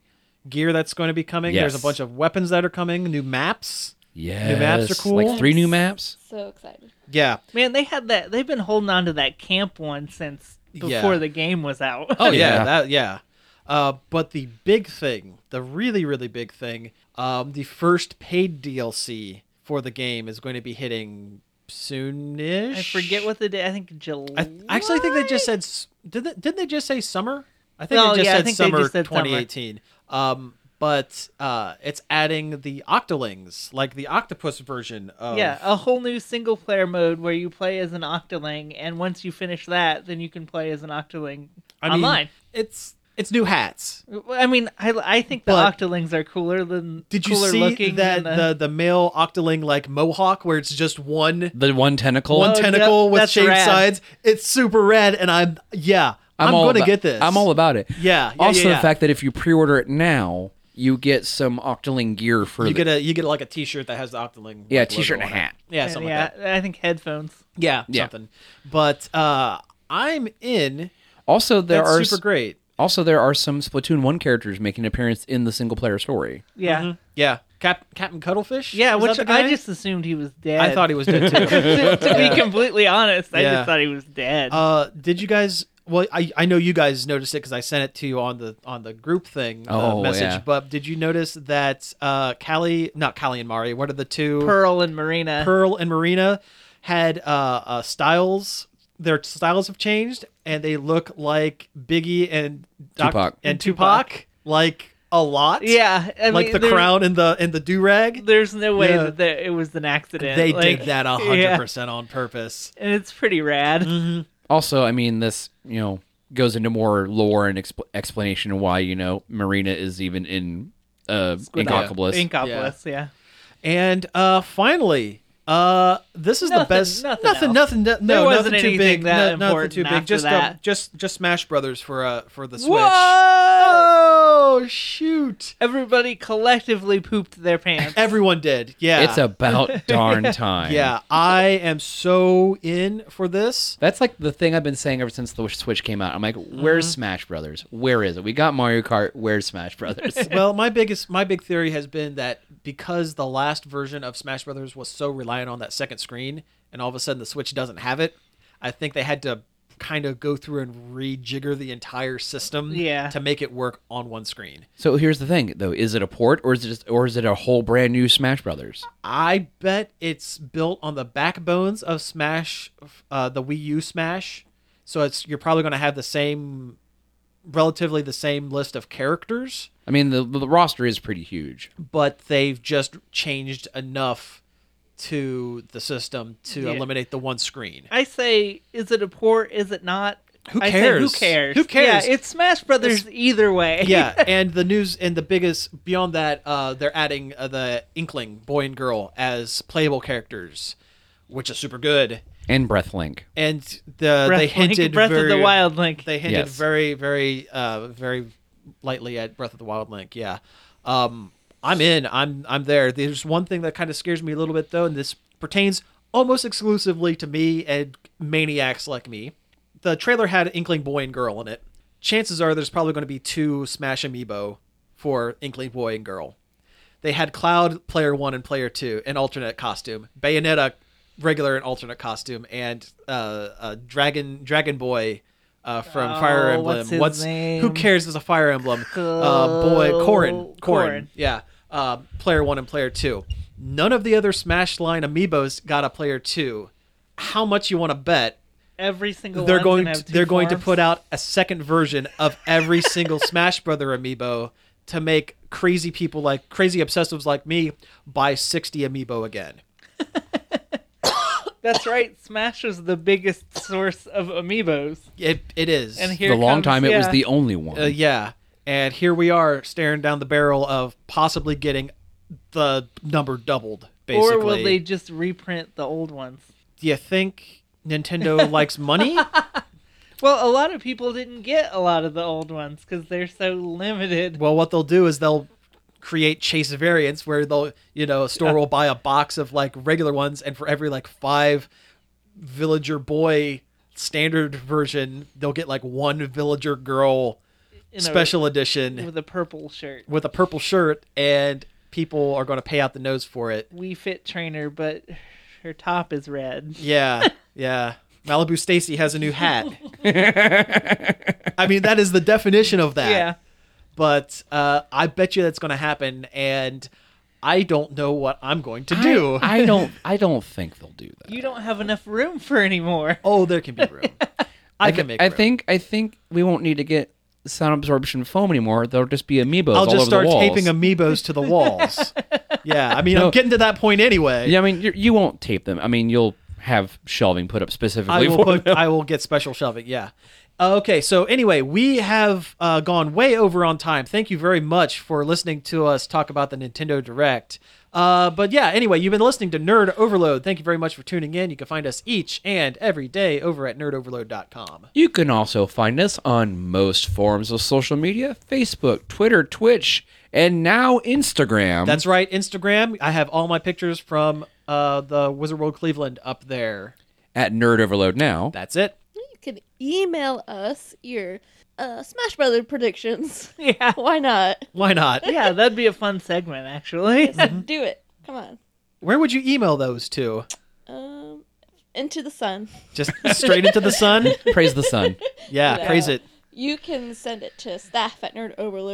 gear that's going to be coming. There's
Yes.
a bunch of weapons that are coming, new maps.
yes.
maps are cool.
Like three new maps.
<laughs> So excited.
Yeah.
Man, they had that. They've been holding on to that camp one since before
Yeah.
the game was out.
Oh yeah,
Yeah.
that yeah. Uh, but the big thing, the really really big thing, um, the first paid DLC for the game is going to be hitting soonish.
<laughs> I forget what the day. I think July.
I th- actually think they just said. s- Did they, didn't they just say summer? I think
No,
they just
yeah, I
said
think they
summer
just said summer.
2018. Um, but uh, it's adding the octolings, like the octopus version of
Yeah, oh, a whole new single player mode where you play as an Octoling, and once you finish that, then you can play as an Octoling
I mean,
online.
It's it's new hats.
I mean, I, I think the
But-
Octolings are cooler than
Did you
cooler
see
looking uh,
that
than
the the male octoling like mohawk where it's just one
The one tentacle.
one
Oh,
tentacle
yep,
with
that's
shaved
rad.
sides? It's super red, and I'm yeah, I'm,
all
gonna
about-
get this.
I'm all about it.
Yeah, yeah,
also,
yeah, yeah.
the fact that if you pre-order it now, you get some Octoling gear for
you
the,
get a you get like a T-shirt that has the octoling.
yeah
like,
T-shirt and
logo
a
on it.
hat.
Yeah,
And
something
yeah,
like that.
I think headphones.
Yeah,
Yeah.
something. But uh, I'm in.
Also, there
That's
are s-
super great.
also there are some Splatoon one characters making an appearance in the single player story.
Yeah,
Yeah, Cap Captain Cuttlefish.
yeah,
Mm-hmm. Is
which
that the
I
guy?
just assumed he was dead.
I thought he was dead too.
to, <laughs>
<laughs>
to be completely honest, I
Yeah.
just thought he was dead.
uh, did you guys? Well, I, I know you guys noticed it because I sent it to you on the on the group thing uh,
Oh,
message.
yeah.
But did you notice that uh, Callie, not Callie and Mari, what are the two?
Pearl and Marina.
Pearl and Marina had uh, uh, styles. Their styles have changed, and they look like Biggie and Doc-
Tupac.
and Tupac, like a lot.
yeah, I
like
mean,
the
there-
crown and the and the do rag.
There's no way
Yeah.
that there, it was an accident.
They
like,
did that a hundred
yeah, Mm-hmm.
percent Mm. on purpose.
and it's pretty rad.
Also, I mean this you know goes into more lore and expl- explanation of why you know Marina is even in uh, Incopolis.
Inkopolis, yeah.
And uh, finally, uh, this is the
Nothing-
best.
nothing
nothing,
else.
nothing, no- no,
There wasn't
nothing too
anything
big,
that
no- nothing
important
too big.
after
Just, Um,
that.
just, just Smash Brothers for uh for the Switch.
Whoa!
Oh shoot!
Everybody collectively pooped
<laughs>
their pants.
Everyone did. Yeah, <laughs>
It's about darn time.
yeah. I am so in for this.
That's like the thing I've been saying ever since the Switch came out. I'm like, where's
Mm-hmm.
Smash Brothers? Where is it? We got Mario Kart. Where's Smash
<laughs>
Brothers?
well, my biggest my big theory has been that because the last version of Smash Brothers was so reliant on that second screen, and all of a sudden the Switch doesn't have it, I think they had to kind of go through and rejigger the entire system
Yeah.
to make it work on one screen.
so here's the thing, though: is it a port or is it just, or is it a whole brand new Smash Brothers?
I bet it's built on the backbones of Smash, uh, the Wii U Smash. So it's you're probably going to have the same, relatively the same list of characters.
I mean, the, the roster is pretty huge.
but they've just changed enough to the system to
Yeah.
eliminate the one
<laughs>
screen.
I say, is it a port? Is it not?
Who
I say,
cares?
who cares?
Who cares?
Yeah, it's Smash Brothers either way. <laughs>
yeah, and the news and the biggest beyond that, uh, they're adding uh, the Inkling boy and girl as playable characters, which is super good.
And Breathlink.
And the
Breath,
they hinted
Link, Breath
very,
of the Wild Link.
They hinted
Yes.
very, very, uh, very lightly at Breath of the Wild Link. Yeah, um, I'm in. I'm I'm there. There's one thing that kind of scares me a little bit though, and this pertains almost exclusively to me and maniacs like me. The trailer had Inkling Boy and Girl in it. Chances are there's probably going to be two Smash Amiibo for Inkling Boy and Girl. They had Cloud Player One and Player Two in alternate costume, Bayonetta regular and alternate costume, and uh, uh, Dragon Dragon Boy uh, from Fire
Oh,
Emblem.
what's his
Who
name?
cares? Is a Fire Emblem uh, boy Corin. Corin.
Corrin.
Yeah. Uh, player one and player two. None of the other Smash line amiibos got a player two. How much you want to bet
Every single
they're
one's
going
gonna have
to,
two
they're going to
forms.
put out a second version of every
<laughs>
single Smash Brother amiibo to make crazy people like crazy obsessives like me buy 60 amiibo again.
That's right. Smash is the biggest source of amiibos,
It it is.
and
For
here
the long
comes-
time, it was
yeah.
the only one.
Uh, yeah. And here we are staring down the barrel of possibly getting the number doubled, basically.
Or will they just reprint the old ones?
Do you think
<laughs>
Nintendo likes money?
Well, a lot of people didn't get a lot of the old ones because they're so limited.
Well, what they'll do is they'll create chase variants where they'll, you know, a store will buy a box of like regular ones, and for every like five villager boy standard version, they'll get like one villager girl
in a-
special edition
with a purple shirt.
with a purple shirt, and people are going to pay out the nose for it.
We fit trainer, but her top is red. <laughs>
Yeah, yeah. Malibu Stacy has a new hat. I mean, that is the definition of that.
Yeah.
But uh, I bet you that's going to happen, and I don't know what I'm going to do.
I, I don't. I don't think they'll do that.
You don't have enough room for
<laughs>
anymore.
<laughs> oh, there can be room. I
Like,
can make.
I
room.
think. I think we won't need to get sound absorption foam anymore. There'll just be amiibos.
I'll
all
just
over
start
the walls.
taping amiibos to the
<laughs>
walls. yeah, I mean,
No.
I'm getting to that point anyway.
Yeah, I mean, you, you won't tape them. I mean, you'll have shelving put up
I
specifically
will
for
put.
them. <laughs>
I will get special shoving. Yeah. Uh, Okay. So anyway, we have uh, gone way over on time. Thank you very much for listening to us talk about the Nintendo Direct. Uh, but yeah, anyway, you've been listening to Nerd Overload. Thank you very much for tuning in. You can find us each and every day over at nerdoverload.com.
You can also find us on most forms of social media Facebook, Twitter, Twitch, and now Instagram.
That's right, Instagram. I have all my pictures from uh, the Wizard World Cleveland up there.
at Nerd Overload
<laughs>
now.
That's it.
You can email us your uh, Smash Brothers predictions.
<laughs>
<laughs>
Yeah.
Why
<laughs>
not?
Why not?
Yeah, that'd be a fun segment
<laughs>
actually.
Do it. Come on.
Where would you email those to?
Um, into the sun.
Just straight into the
<laughs>
sun?
Praise the sun.
Yeah,
Yeah.
praise it.
You can send it to staff at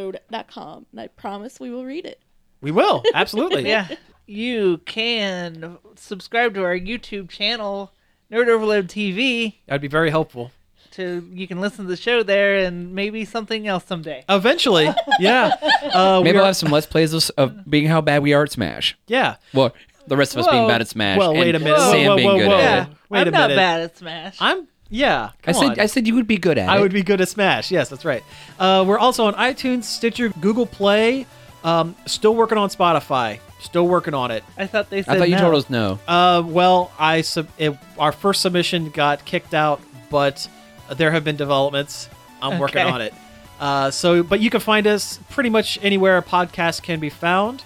nerdoverload.com, and I promise we will read it.
We will. Absolutely.
<laughs> yeah. You can subscribe to our YouTube channel, Nerd Overload TV,
That'd be very helpful.
to you can listen to the show there and maybe something else someday.
Eventually,
<laughs>
yeah. Uh,
Maybe
we're-
I'll have some Let's Plays of, of being how bad we are at Smash.
yeah.
Well, the rest of us being
Whoa.
bad at Smash.
Well, wait
and
a minute. Whoa,
Sam
whoa,
being
whoa,
good
whoa.
at
yeah.
it.
Wait
I'm
a
not
minute.
bad at Smash.
I'm. Yeah.
I
Come
said,
on.
I said you would be good at
I
it.
would be good at Smash. Yes, that's right. Uh, we're also on iTunes, Stitcher, Google Play. Um, still working on Spotify. Still working on it.
I thought they said
I thought you
no.
told us no.
Uh, well, I sub- it, our first submission got kicked out, but there have been developments. I'm working
Okay.
on it. Uh, so, but you can find us pretty much anywhere a podcast can be found.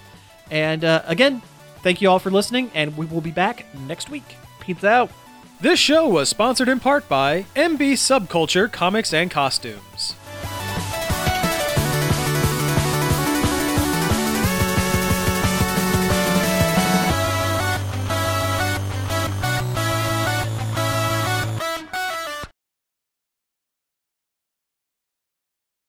And uh, again, thank you all for listening, and we will be back next week.
Pizza out.
This show was sponsored in part by MB Subculture Comics and Costume.